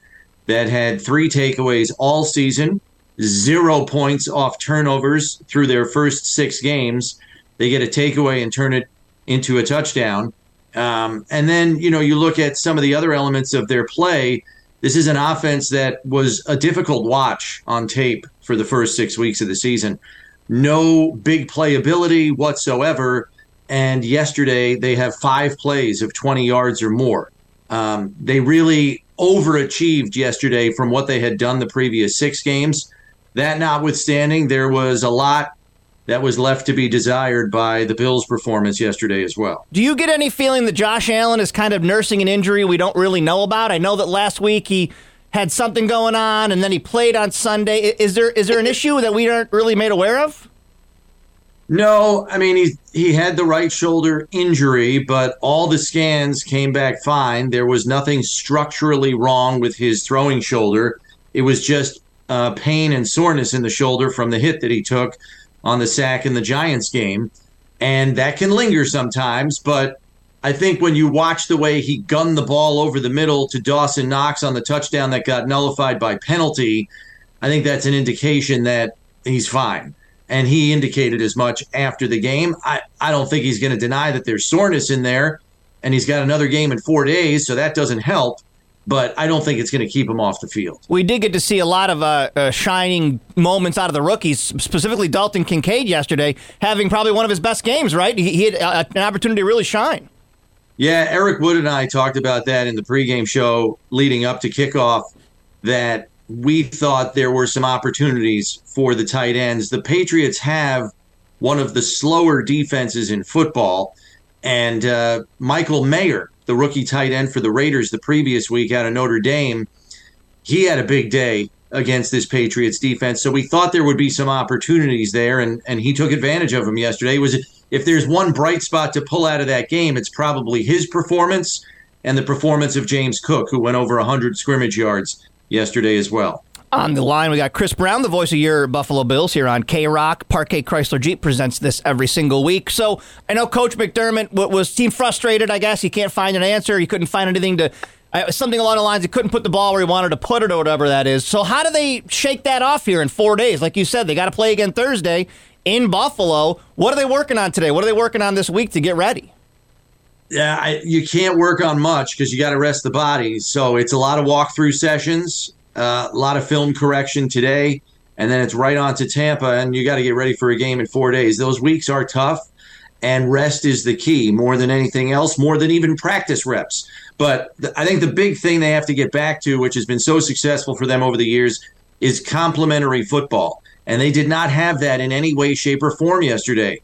Speaker 7: that had three takeaways all season, zero points off turnovers through their first six games. They get a takeaway and turn it into a touchdown. Um, and then, you know, you look at some of the other elements of their play. This is an offense that was a difficult watch on tape for the first six weeks of the season. No big playability whatsoever. And yesterday, they have five plays of 20 yards or more. Um, they really overachieved yesterday from what they had done the previous six games. That notwithstanding, there was a lot that was left to be desired by the Bills' performance yesterday as well.
Speaker 1: Do you get any feeling that Josh Allen is kind of nursing an injury we don't really know about? I know that last week he had something going on and then he played on Sunday. I- Is there is there an issue that we aren't really made aware of?
Speaker 7: No, I mean he he had the right shoulder injury, but all the scans came back fine. There was nothing structurally wrong with his throwing shoulder. It was just uh, pain and soreness in the shoulder from the hit that he took on the sack in the Giants game, and that can linger sometimes. But I think when you watch the way he gunned the ball over the middle to Dawson Knox on the touchdown that got nullified by penalty, I think that's an indication that he's fine. And he indicated as much after the game. I, I don't think he's going to deny that there's soreness in there. And he's got another game in four days, so that doesn't help. But I don't think it's going to keep him off the field.
Speaker 1: We did get to see a lot of uh, uh, shining moments out of the rookies, specifically Dalton Kincaid yesterday, having probably one of his best games. Right, he, he had uh, an opportunity to really shine.
Speaker 7: Yeah, Eric Wood and I talked about that in the pregame show leading up to kickoff that we thought there were some opportunities for the tight ends. The Patriots have one of the slower defenses in football. And uh, Michael Mayer, the rookie tight end for the Raiders the previous week out of Notre Dame, he had a big day against this Patriots defense. So we thought there would be some opportunities there, and and he took advantage of them yesterday. It was if there's one bright spot to pull out of that game, it's probably his performance and the performance of James Cook, who went over 100 scrimmage yards yesterday as well.
Speaker 1: On the line, we got Chris Brown, the voice of your Buffalo Bills here on K Rock. Parquet Chrysler Jeep presents this every single week. So I know Coach McDermott wa- was seemed frustrated. I guess he can't find an answer. He couldn't find anything to uh, something along the lines. He couldn't put the ball where he wanted to put it or whatever that is. So how do they shake that off here in four days? Like you said, they got to play again Thursday in Buffalo. What are they working on today? What are they working on this week to get ready?
Speaker 7: Yeah, uh, I, you can't work on much because you got to rest the body. So it's a lot of walkthrough sessions, uh, a lot of film correction today, and then it's right on to Tampa, and you got to get ready for a game in four days. Those weeks are tough, and rest is the key more than anything else, more than even practice reps. But th- I think the big thing they have to get back to, which has been so successful for them over the years, is complementary football. And they did not have that in any way, shape, or form yesterday.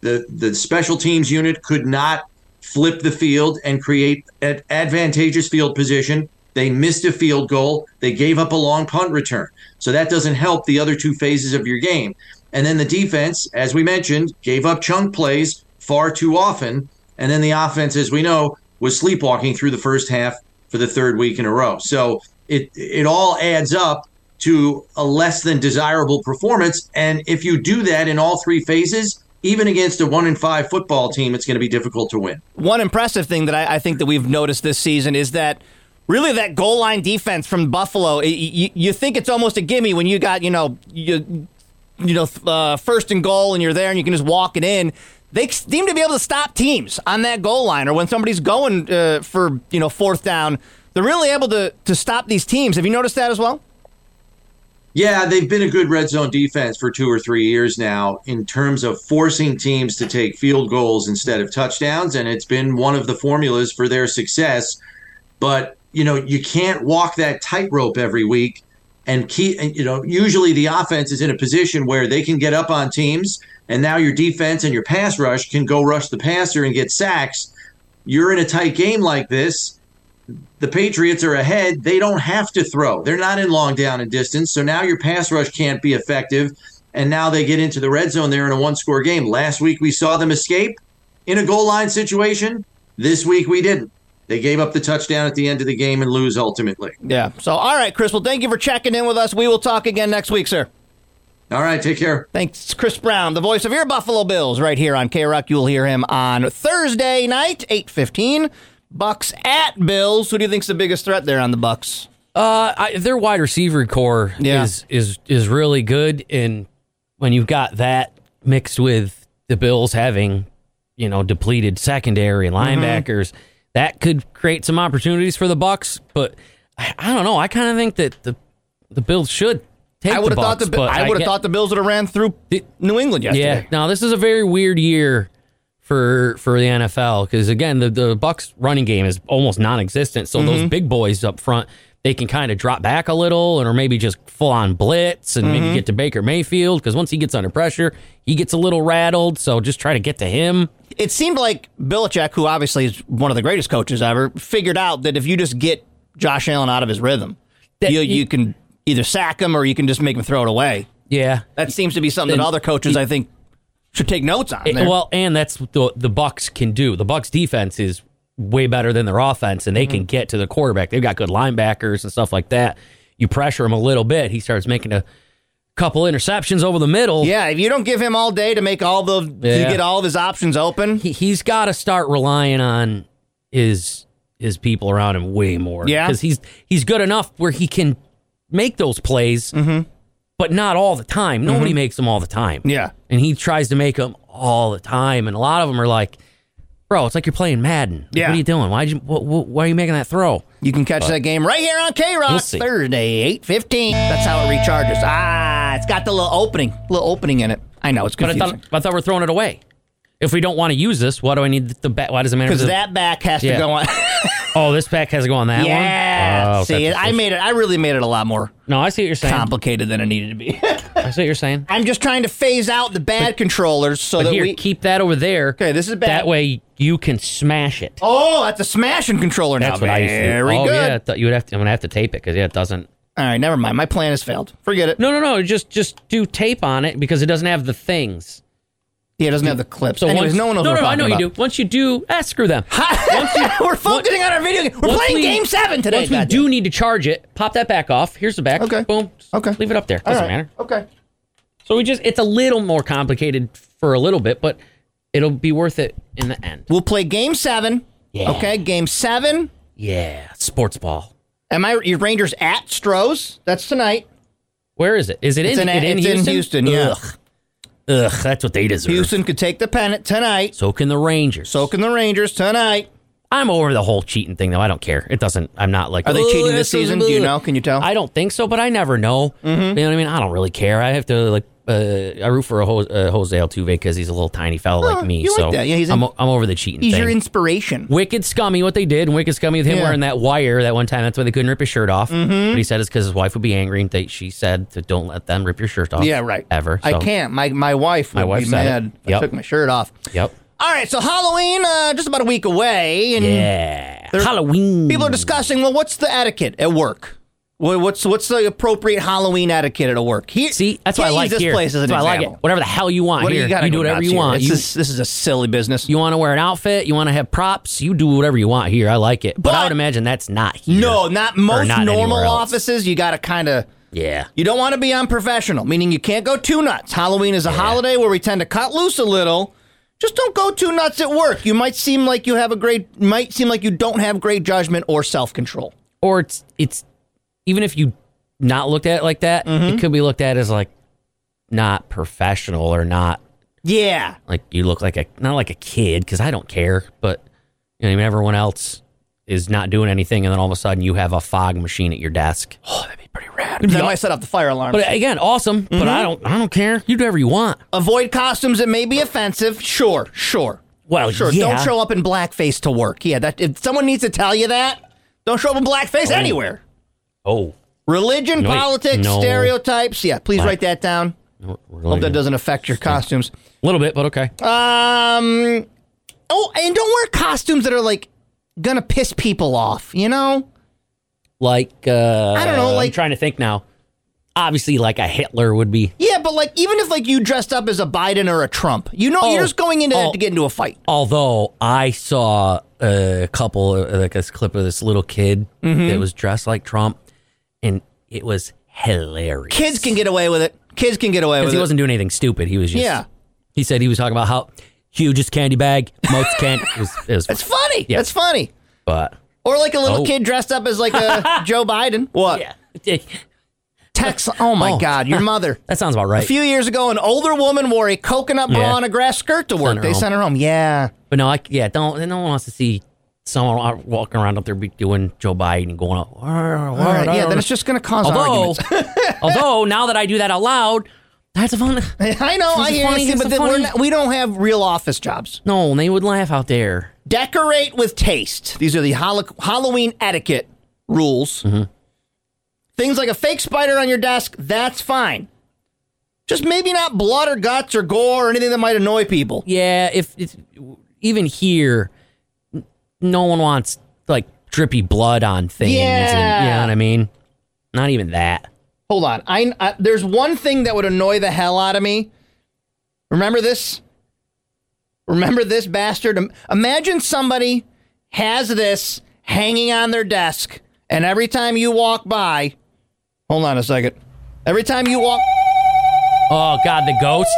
Speaker 7: The, the special teams unit could not flip the field and create an advantageous field position. They missed a field goal. They gave up a long punt return. So that doesn't help the other two phases of your game. And then the defense, as we mentioned, gave up chunk plays far too often. And then the offense, as we know, was sleepwalking through the first half for the third week in a row. So it it all adds up to a less than desirable performance. And if you do that in all three phases, even against a one in five football team, it's going to be difficult to win.
Speaker 1: One impressive thing that I, I think that we've noticed this season is that really that goal line defense from Buffalo. y- y- You, think it's almost a gimme when you got you know you you know th- uh, first and goal and you're there and you can just walk it in. They seem to be able to stop teams on that goal line or when somebody's going uh, for you know fourth down. They're really able to to stop these teams. Have you noticed that as well?
Speaker 7: Yeah, they've been a good red zone defense for two or three years now in terms of forcing teams to take field goals instead of touchdowns. And it's been one of the formulas for their success. But, you know, you can't walk that tightrope every week. And keep, and, you know, usually the offense is in a position where they can get up on teams. And now your defense and your pass rush can go rush the passer and get sacks. You're in a tight game like this the Patriots are ahead. They don't have to throw. They're not in long down and distance. So now your pass rush can't be effective. And now they get into the red zone there in a one score game. Last week we saw them escape in a goal line situation. This week we didn't. They gave up the touchdown at the end of the game and lose ultimately.
Speaker 1: Yeah. So all right, Chris. Well, thank you for checking in with us. We will talk again next week, sir.
Speaker 7: All right, take care.
Speaker 1: Thanks, Chris Brown, the voice of your Buffalo Bills, right here on K Rock. You'll hear him on Thursday night, eight fifteen. Bucks at Bills. Who do you think's the biggest threat there on the Bucks?
Speaker 2: Uh, I, their wide receiver core is is is really good, and when you've got that mixed with the Bills having, you know, depleted secondary and
Speaker 1: Mm-hmm.
Speaker 9: Mhm.
Speaker 2: linebackers, that could create some opportunities for the Bucks. But I, I don't know. I kind of think that the the Bills should take.
Speaker 1: I
Speaker 2: would have
Speaker 1: thought the Bi- I would have thought the Bills would have ran through New England yesterday.
Speaker 2: Yeah. Now this is a very weird year for for the NFL because again the the Bucks running game is almost non-existent. So those
Speaker 1: Mhm.
Speaker 2: big boys up front they can kind of drop back a little and or maybe just full on blitz and
Speaker 9: Mhm.
Speaker 2: maybe get to Baker Mayfield because once he gets under pressure, he gets a little rattled. So just try to get to him.
Speaker 1: It seemed like Belichick, who obviously is one of the greatest coaches ever, figured out that if you just get Josh Allen out of his rhythm, you, you can either sack him or you can just make him throw it away.
Speaker 2: Yeah.
Speaker 1: That seems to be something that
Speaker 2: And
Speaker 1: other coaches,
Speaker 2: he-
Speaker 1: I think, should take notes on.
Speaker 2: It-
Speaker 1: there.
Speaker 2: well, and that's what the, the Bucks can do. The Bucks defense is way better than their offense, and they
Speaker 1: Mm-hmm.
Speaker 2: can get to the quarterback. They've got good linebackers and stuff like that. You pressure him a little bit, he starts making a couple interceptions over the middle.
Speaker 1: Yeah, if you don't give him all day to make all the, you
Speaker 2: Yeah.
Speaker 1: get all of his options open.
Speaker 2: He, he's got to start relying on his his people around him way more.
Speaker 1: Yeah.
Speaker 2: because he's he's good enough where he can make those plays,
Speaker 1: Mm-hmm.
Speaker 2: but not all the time. Nobody
Speaker 1: Mhm.
Speaker 2: makes them all the time.
Speaker 1: Yeah,
Speaker 2: and he tries to make them all the time, and a lot of them are like, "Bro, it's like you're playing Madden. Like,
Speaker 1: Yeah.
Speaker 2: what are you doing? Why you wh- wh- why are you making that throw?
Speaker 1: You can catch that game right here on K
Speaker 2: We'll
Speaker 1: Rock
Speaker 2: see.
Speaker 1: Thursday, eight fifteen. That's how it recharges. Ah, it's got the little opening, little opening in it. I know it's
Speaker 2: But I
Speaker 1: confusing.
Speaker 2: thought I thought we're throwing it away. If we don't want to use this, why do I need the back? Why does it matter? if
Speaker 1: because
Speaker 2: the-
Speaker 1: that back has to
Speaker 2: Yeah.
Speaker 1: go on.
Speaker 2: Oh, this back has to go on that one.
Speaker 1: yeah.
Speaker 2: Oh,
Speaker 1: see,
Speaker 2: gotcha.
Speaker 1: I made it. I really made it a lot more.
Speaker 2: No, I see what you're saying.
Speaker 1: Complicated than it needed to be.
Speaker 2: I see what you're saying.
Speaker 1: I'm just trying to phase out the bad controllers so
Speaker 2: but
Speaker 1: that
Speaker 2: here,
Speaker 1: we
Speaker 2: keep that over there.
Speaker 1: Okay, this is bad.
Speaker 2: That way you can smash it.
Speaker 1: Oh, that's a smashing controller now.
Speaker 2: That's what I used to. do.
Speaker 1: Very
Speaker 2: oh,
Speaker 1: good.
Speaker 2: yeah, I thought you would have to. I'm gonna have to tape it because yeah, it doesn't.
Speaker 1: All right, never mind. My plan has failed. Forget it.
Speaker 2: No, no, no. Just just do tape on it because it doesn't have the things.
Speaker 1: Yeah, it doesn't have the clips.
Speaker 2: So
Speaker 1: Anyways,
Speaker 2: once,
Speaker 1: no one knows
Speaker 2: No,
Speaker 1: what
Speaker 2: no,
Speaker 1: we're
Speaker 2: I know
Speaker 1: talking
Speaker 2: you
Speaker 1: about.
Speaker 2: do. Once you do, ah, screw them. Once you-
Speaker 1: We're focusing on our video game. We're
Speaker 2: once
Speaker 1: playing
Speaker 2: we-
Speaker 1: game seven today.
Speaker 2: Once we
Speaker 1: goddamn.
Speaker 2: do need to charge it, pop that back off. Here's the back. Okay. Boom. Okay. Leave it up there. Doesn't
Speaker 1: right.
Speaker 2: matter.
Speaker 1: Okay.
Speaker 2: So we just it's a little more complicated for a little bit, but it'll be worth it in the end.
Speaker 1: We'll play game seven.
Speaker 2: Yeah.
Speaker 1: Okay, game seven.
Speaker 2: Yeah. Sports ball.
Speaker 1: Am I your Rangers at Stroh's? That's tonight.
Speaker 2: Where is it? Is it
Speaker 1: It's
Speaker 2: in,
Speaker 1: in-
Speaker 2: it in
Speaker 1: it's in
Speaker 2: Houston?
Speaker 1: Houston, yeah.
Speaker 2: Ugh. Ugh, that's what they deserve.
Speaker 1: Houston could take the pennant tonight.
Speaker 2: So can the Rangers.
Speaker 1: So can the Rangers tonight.
Speaker 2: I'm over the whole cheating thing, though. I don't care. It doesn't. I'm not like.
Speaker 1: Are they
Speaker 2: "Oh,
Speaker 1: cheating
Speaker 2: that's
Speaker 1: this
Speaker 2: so
Speaker 1: season?
Speaker 2: blah."
Speaker 1: Do you know? Can you tell? Mm-hmm.
Speaker 2: I don't think so, but I never know. You know what I mean? I don't really care. I have to like. Uh, I root for a Ho- uh, Jose Altuve because he's a little tiny fella
Speaker 1: Oh,
Speaker 2: like me.
Speaker 1: you like
Speaker 2: so
Speaker 1: that. Yeah, he's
Speaker 2: I'm,
Speaker 1: in-
Speaker 2: o- I'm over the cheating
Speaker 1: He's
Speaker 2: thing.
Speaker 1: your inspiration.
Speaker 2: Wicked scummy, what they did, and wicked scummy with him
Speaker 1: Yeah. Mm-hmm.
Speaker 2: wearing that wire that one time. That's why they couldn't rip his shirt off. But he said it's because his wife would be angry, and they, she said to don't let them rip your shirt off.
Speaker 1: Yeah, right.
Speaker 2: Ever.
Speaker 1: I
Speaker 2: So,
Speaker 1: can't. My my wife would
Speaker 2: My wife
Speaker 1: be
Speaker 2: said it.
Speaker 1: mad. if I
Speaker 2: Yep.
Speaker 1: took my shirt off.
Speaker 2: Yep.
Speaker 1: All right, so Halloween, uh, just about a week away, and
Speaker 2: Yeah.
Speaker 1: There-
Speaker 2: Halloween.
Speaker 1: people are discussing. Well, what's the etiquette at work? Wha- What's what's the appropriate Halloween etiquette at a work? Here,
Speaker 2: See, that's why I
Speaker 1: can't use
Speaker 2: like
Speaker 1: this
Speaker 2: here.
Speaker 1: place as an
Speaker 2: that's why I like
Speaker 1: example.
Speaker 2: it. Whatever the hell you want
Speaker 1: What do
Speaker 2: here,
Speaker 1: you gotta
Speaker 2: do
Speaker 1: go
Speaker 2: whatever
Speaker 1: nuts
Speaker 2: you
Speaker 1: here?
Speaker 2: want.
Speaker 1: This
Speaker 2: You-
Speaker 1: is this is a silly business.
Speaker 2: You want to wear an outfit, you want to have props, you do whatever you want here. I like it. But, I
Speaker 1: But-
Speaker 2: would imagine that's not here.
Speaker 1: No, not
Speaker 2: Or
Speaker 1: most
Speaker 2: not
Speaker 1: normal
Speaker 2: anywhere else.
Speaker 1: offices. You got to kind of.
Speaker 2: Yeah.
Speaker 1: You don't want to be unprofessional, meaning you can't go too nuts. Halloween is a holiday where we tend to cut loose a little. Just don't go too nuts at work. You might seem like you have a great, might seem like you don't have great judgment or self control.
Speaker 2: Or it's it's even if you not looked at it like that,
Speaker 1: Mm-hmm.
Speaker 2: it could be looked at as like not professional or not
Speaker 1: Yeah,
Speaker 2: like you look like a not like a kid because I don't care, but you know, I mean, everyone else is not doing anything, and then all of a sudden you have a fog machine at your desk. Oh, that'd be pretty rad.
Speaker 1: that might set up the fire alarm.
Speaker 2: But again, awesome.
Speaker 1: Mm-hmm.
Speaker 2: But I don't I don't care. You do whatever you want.
Speaker 1: Avoid costumes that may be offensive. Sure, sure.
Speaker 2: Well,
Speaker 1: sure.
Speaker 2: yeah.
Speaker 1: Don't show up in blackface to work. Yeah, that if someone needs to tell you that, don't show up in blackface
Speaker 2: Oh.
Speaker 1: anywhere.
Speaker 2: Oh.
Speaker 1: Religion,
Speaker 2: No, wait,
Speaker 1: politics,
Speaker 2: no.
Speaker 1: stereotypes. Yeah, please write that down. Hope that doesn't affect your costumes.
Speaker 2: A little bit, but okay.
Speaker 1: Um. Oh, and don't wear costumes that are like gonna piss people off. You know,
Speaker 2: like uh
Speaker 1: I don't know,
Speaker 2: I'm
Speaker 1: like-
Speaker 2: trying to think now. Obviously, like a Hitler would be.
Speaker 1: yeah, but like even if like you dressed up as a Biden or a Trump, you know, you're
Speaker 2: Oh,
Speaker 1: just going into
Speaker 2: oh.
Speaker 1: that to get into a fight.
Speaker 2: Although I saw a couple, uh, like this clip of this little kid
Speaker 1: Mm-hmm.
Speaker 2: that was dressed like Trump, and it was hilarious.
Speaker 1: Kids can get away with it. Kids can get away
Speaker 2: because
Speaker 1: with
Speaker 2: he
Speaker 1: it.
Speaker 2: wasn't doing anything stupid. He was just
Speaker 1: Yeah.
Speaker 2: He said he was talking about how hugest candy bag, most can't. It was, it was
Speaker 1: That's funny. That's funny.
Speaker 2: but
Speaker 1: Or like a little
Speaker 2: Oh.
Speaker 1: kid dressed up as like a Joe Biden. What? Tex. Oh my
Speaker 2: Oh.
Speaker 1: God, your mother.
Speaker 2: that sounds
Speaker 1: A
Speaker 2: about right.
Speaker 1: few years ago, an older woman wore a coconut bra
Speaker 2: Yeah.
Speaker 1: and a grass skirt to work.
Speaker 2: her
Speaker 1: they
Speaker 2: home.
Speaker 1: sent her home. Yeah.
Speaker 2: But no, I, yeah, don't. No one wants to see someone out- walking around up there be doing Joe Biden and going, "All right, all
Speaker 1: All
Speaker 2: right,
Speaker 1: right.
Speaker 2: all
Speaker 1: Yeah.
Speaker 2: right."
Speaker 1: Then it's just going to cause
Speaker 2: although,
Speaker 1: arguments.
Speaker 2: although now that I do that out loud, that's a fun.
Speaker 1: I know.
Speaker 2: This is
Speaker 1: I hear
Speaker 2: funny,
Speaker 1: you,
Speaker 2: this
Speaker 1: but
Speaker 2: is
Speaker 1: then we're
Speaker 2: funny.
Speaker 1: not, we don't have real office jobs.
Speaker 2: No, and they would laugh out there. Mm-hmm.
Speaker 1: Decorate with taste. These are the Hol- Halloween etiquette rules. Things like a fake spider on your desk, that's fine. Just maybe not blood or guts or gore or anything that might annoy people.
Speaker 2: Yeah, if it's even here, n- no one wants like drippy blood on things. And, you
Speaker 1: Yeah.
Speaker 2: know what I mean? Not even that.
Speaker 1: Hold on. I, I there's one thing that would annoy the hell out of me. Remember this? Remember this bastard? Im- Imagine somebody has this hanging on their desk and every time you walk by, hold on a second. Every time you walk
Speaker 2: Oh God, the ghost,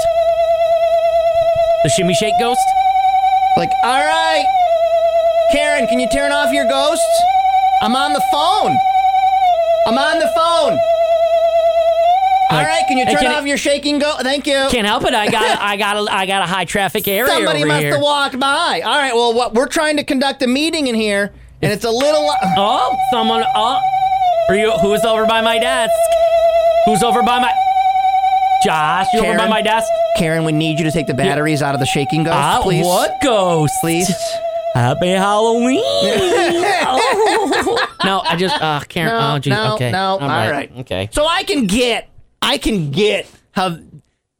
Speaker 2: the shimmy shake ghost.
Speaker 1: Like, all right, Karen, can you turn off your ghosts? I'm on the phone. I'm on the phone. all
Speaker 2: Like,
Speaker 1: right, can you
Speaker 2: hey,
Speaker 1: turn
Speaker 2: can
Speaker 1: off
Speaker 2: it-
Speaker 1: your shaking go? Thank you.
Speaker 2: Can't help it. I got I got a, I got a high traffic area
Speaker 1: Somebody
Speaker 2: over
Speaker 1: must
Speaker 2: here.
Speaker 1: have walked by. All right, well, what we're trying to conduct a meeting in here, and it's a little.
Speaker 2: Oh, someone. Oh, are you? Who's over by my desk? Who's over by my? Josh, you over by
Speaker 1: Karen?
Speaker 2: my desk?
Speaker 1: Karen, we need you to take the batteries out of the shaking ghost,
Speaker 2: Ah,
Speaker 1: please.
Speaker 2: what ghost?
Speaker 1: Please.
Speaker 2: Happy Halloween. Oh. No, I just uh Karen.
Speaker 1: No,
Speaker 2: oh, geez.
Speaker 1: no,
Speaker 2: okay.
Speaker 1: no,
Speaker 2: All right.
Speaker 1: all right.
Speaker 2: Okay.
Speaker 1: So I can get, I can get how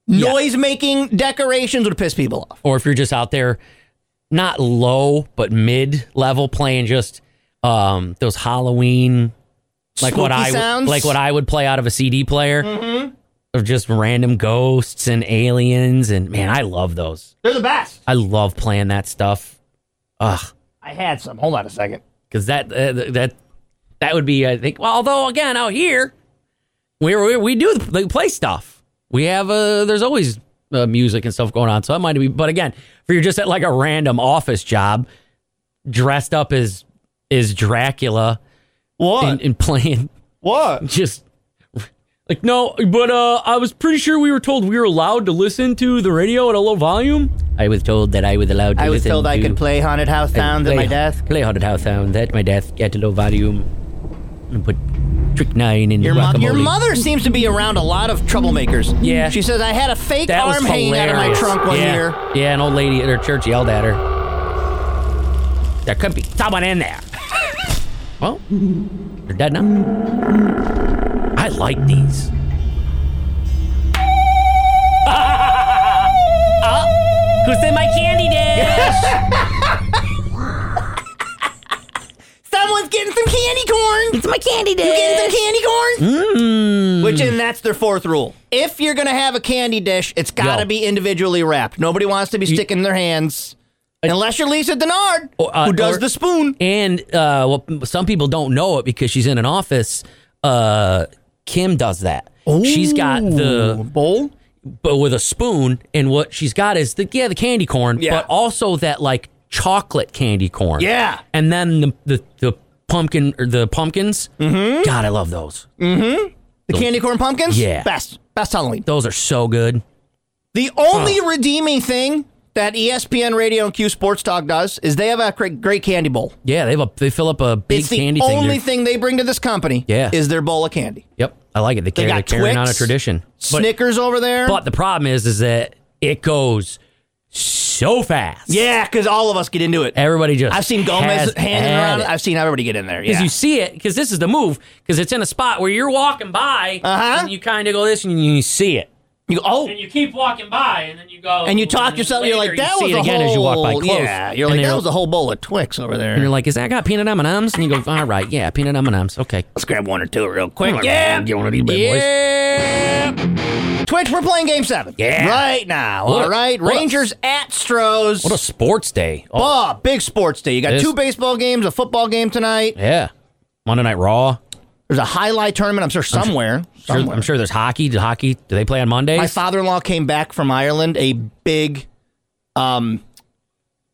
Speaker 1: noise-making decorations would piss people off.
Speaker 2: or if you're just out there not low but mid level playing just um those halloween like
Speaker 1: Spooky
Speaker 2: what i w-
Speaker 1: sounds? Mm-hmm.
Speaker 2: like what i would play out of a cd player of just random ghosts and aliens and man i love those
Speaker 1: They're the best.
Speaker 2: i love playing that stuff ugh
Speaker 1: I had some. Hold on a second.
Speaker 2: because that uh, th- that that would be i think well, although again out here we we, we do like, play stuff we have uh there's always uh, music and stuff going on so that might be but again if you're just at like a random office job dressed up as is dracula
Speaker 1: what
Speaker 2: and, and playing
Speaker 1: what
Speaker 2: just like no but uh i was pretty sure we were told we were allowed to listen to the radio at a low volume i was told that i was allowed to
Speaker 1: I was
Speaker 2: listen
Speaker 1: told I
Speaker 2: to-
Speaker 1: could play haunted house
Speaker 2: I
Speaker 1: sounds at
Speaker 2: play-
Speaker 1: my desk.
Speaker 2: Play haunted house sounds at my desk at a low volume. And put trick nine in
Speaker 1: Your, mo-
Speaker 2: guacamole.
Speaker 1: your mother seems to be around a lot of troublemakers.
Speaker 2: Yeah.
Speaker 1: She says I had a fake
Speaker 2: that was
Speaker 1: arm hanging out of my
Speaker 2: hilarious.
Speaker 1: trunk one
Speaker 2: yeah.
Speaker 1: year.
Speaker 2: Yeah, an old lady at her church yelled at her. There could be someone in there. well, they're dead now. I like these.
Speaker 1: Uh,
Speaker 2: oh, who's in my candy dish?
Speaker 1: Someone's getting some candy corn.
Speaker 2: It's my candy dish.
Speaker 1: You getting some candy corn?
Speaker 2: Mm.
Speaker 1: Which and that's their fourth rule. If you're gonna have a candy dish, it's gotta
Speaker 2: Yo.
Speaker 1: be individually wrapped. Nobody wants to be sticking their hands. Unless you're Lisa Denard,
Speaker 2: uh,
Speaker 1: who does
Speaker 2: or-
Speaker 1: the spoon.
Speaker 2: And uh, well, m- some people don't know it because she's in an office. Uh, Kim does that. She's got the
Speaker 1: bowl,
Speaker 2: but with a spoon, and what she's got is the yeah the candy corn,
Speaker 1: Yeah.
Speaker 2: but also that like chocolate candy corn.
Speaker 1: Yeah.
Speaker 2: and then the the, the pumpkin or the pumpkins. Mm-hmm. God, I love those.
Speaker 1: Mm-hmm. The
Speaker 2: Those-
Speaker 1: candy corn pumpkins?
Speaker 2: Yeah.
Speaker 1: Best. Best Halloween.
Speaker 2: Those are so good.
Speaker 1: The only redeeming thing that E ESPN Radio and Q Sports Talk does is they have a great, great candy bowl.
Speaker 2: Yeah, they have a, they fill up a big
Speaker 1: it's the
Speaker 2: candy thing.
Speaker 1: only
Speaker 2: there.
Speaker 1: thing they bring to this company
Speaker 2: Yeah.
Speaker 1: is their bowl of candy.
Speaker 2: Yep, I like it.
Speaker 1: They
Speaker 2: They, carry, they're
Speaker 1: got
Speaker 2: carrying on a
Speaker 1: Twix,
Speaker 2: tradition. But-
Speaker 1: Snickers over there.
Speaker 2: But the problem is, is that it goes so fast.
Speaker 1: yeah, because all of us get into it.
Speaker 2: Everybody just.
Speaker 1: I've seen Gomez
Speaker 2: has
Speaker 1: handing
Speaker 2: had
Speaker 1: around.
Speaker 2: it.
Speaker 1: I've seen everybody get in there.
Speaker 2: Because
Speaker 1: Yeah.
Speaker 2: you see it, because this is the move, because it's in a spot where you're walking by,
Speaker 1: Uh-huh.
Speaker 2: and you kind of go this, and you see it,
Speaker 1: You go, oh,
Speaker 2: and you keep walking by, and then you go,
Speaker 1: and you talk yourself. You're
Speaker 2: Oh, later
Speaker 1: like, that
Speaker 2: you
Speaker 1: was
Speaker 2: see it
Speaker 1: a
Speaker 2: again
Speaker 1: whole.
Speaker 2: as you walk by close.
Speaker 1: Yeah, you're
Speaker 2: And
Speaker 1: like,
Speaker 2: then
Speaker 1: that
Speaker 2: you'll-
Speaker 1: was a whole bowl of Twix over there.
Speaker 2: And you're like, is that got peanut M and M's? And you go, all right, yeah, peanut M and M's, okay.
Speaker 1: Let's grab one or two real quick. Yeah.
Speaker 2: you want to these bad boys?
Speaker 1: Yeah. Twitch, we're playing game seven.
Speaker 2: Yeah.
Speaker 1: Right now.
Speaker 2: What a-
Speaker 1: all right.
Speaker 2: what a-
Speaker 1: Rangers at Stros.
Speaker 2: What a sports day! Oh,
Speaker 1: Oh, big sports day. You got
Speaker 2: This-
Speaker 1: two baseball games, a football game tonight.
Speaker 2: yeah, Monday Night Raw.
Speaker 1: There's a highlight tournament, I'm sure, somewhere.
Speaker 2: Sure-
Speaker 1: somewhere.
Speaker 2: I'm sure there's hockey. Do hockey? Do they play on Mondays?
Speaker 1: My father in law came back from Ireland, a big um,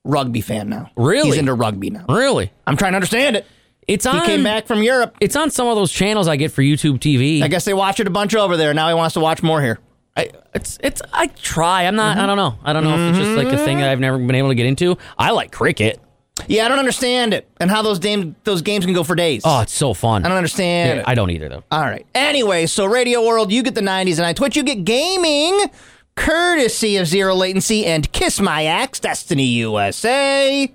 Speaker 1: rugby fan now.
Speaker 2: Really?
Speaker 1: He's into rugby now.
Speaker 2: really?
Speaker 1: I'm trying to understand it.
Speaker 2: It's
Speaker 1: He
Speaker 2: on.
Speaker 1: came back from Europe.
Speaker 2: It's on some of those channels I get for YouTube TV.
Speaker 1: I guess they watch it a bunch over there. Now he wants to watch more here.
Speaker 2: I, it's it's I try.
Speaker 1: Mm-hmm.
Speaker 2: I'm not. I don't know. I don't know if it's just like a thing that I've never been able to get into. I like cricket.
Speaker 1: Yeah, I don't understand it and how those, dam- those games can go for days.
Speaker 2: Oh, it's so fun.
Speaker 1: I don't understand
Speaker 2: Yeah,
Speaker 1: it.
Speaker 2: I don't either though.
Speaker 1: All right. Anyway, so Radio World, you get the 90s and I Twitch, you get gaming, courtesy of Zero Latency and Kiss My Axe, Destiny USA.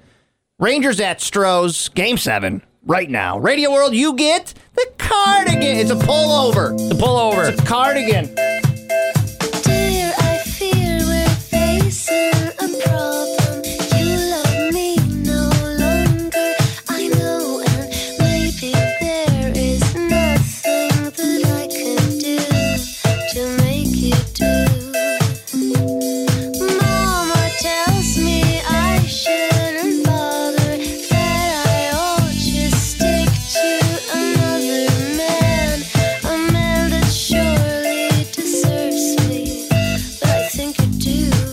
Speaker 1: Rangers at Stros, Game 7. right now. Radio World, you get the cardigan. It's a pullover.
Speaker 10: The pullover.
Speaker 1: It's a cardigan.
Speaker 3: Dear, I fear we're facing a problem. You love me no longer. I know, and maybe there is nothing that I can do to make you do. Mama tells me I shouldn't bother. That I ought to stick to another man, a man that surely deserves me. But I think you do.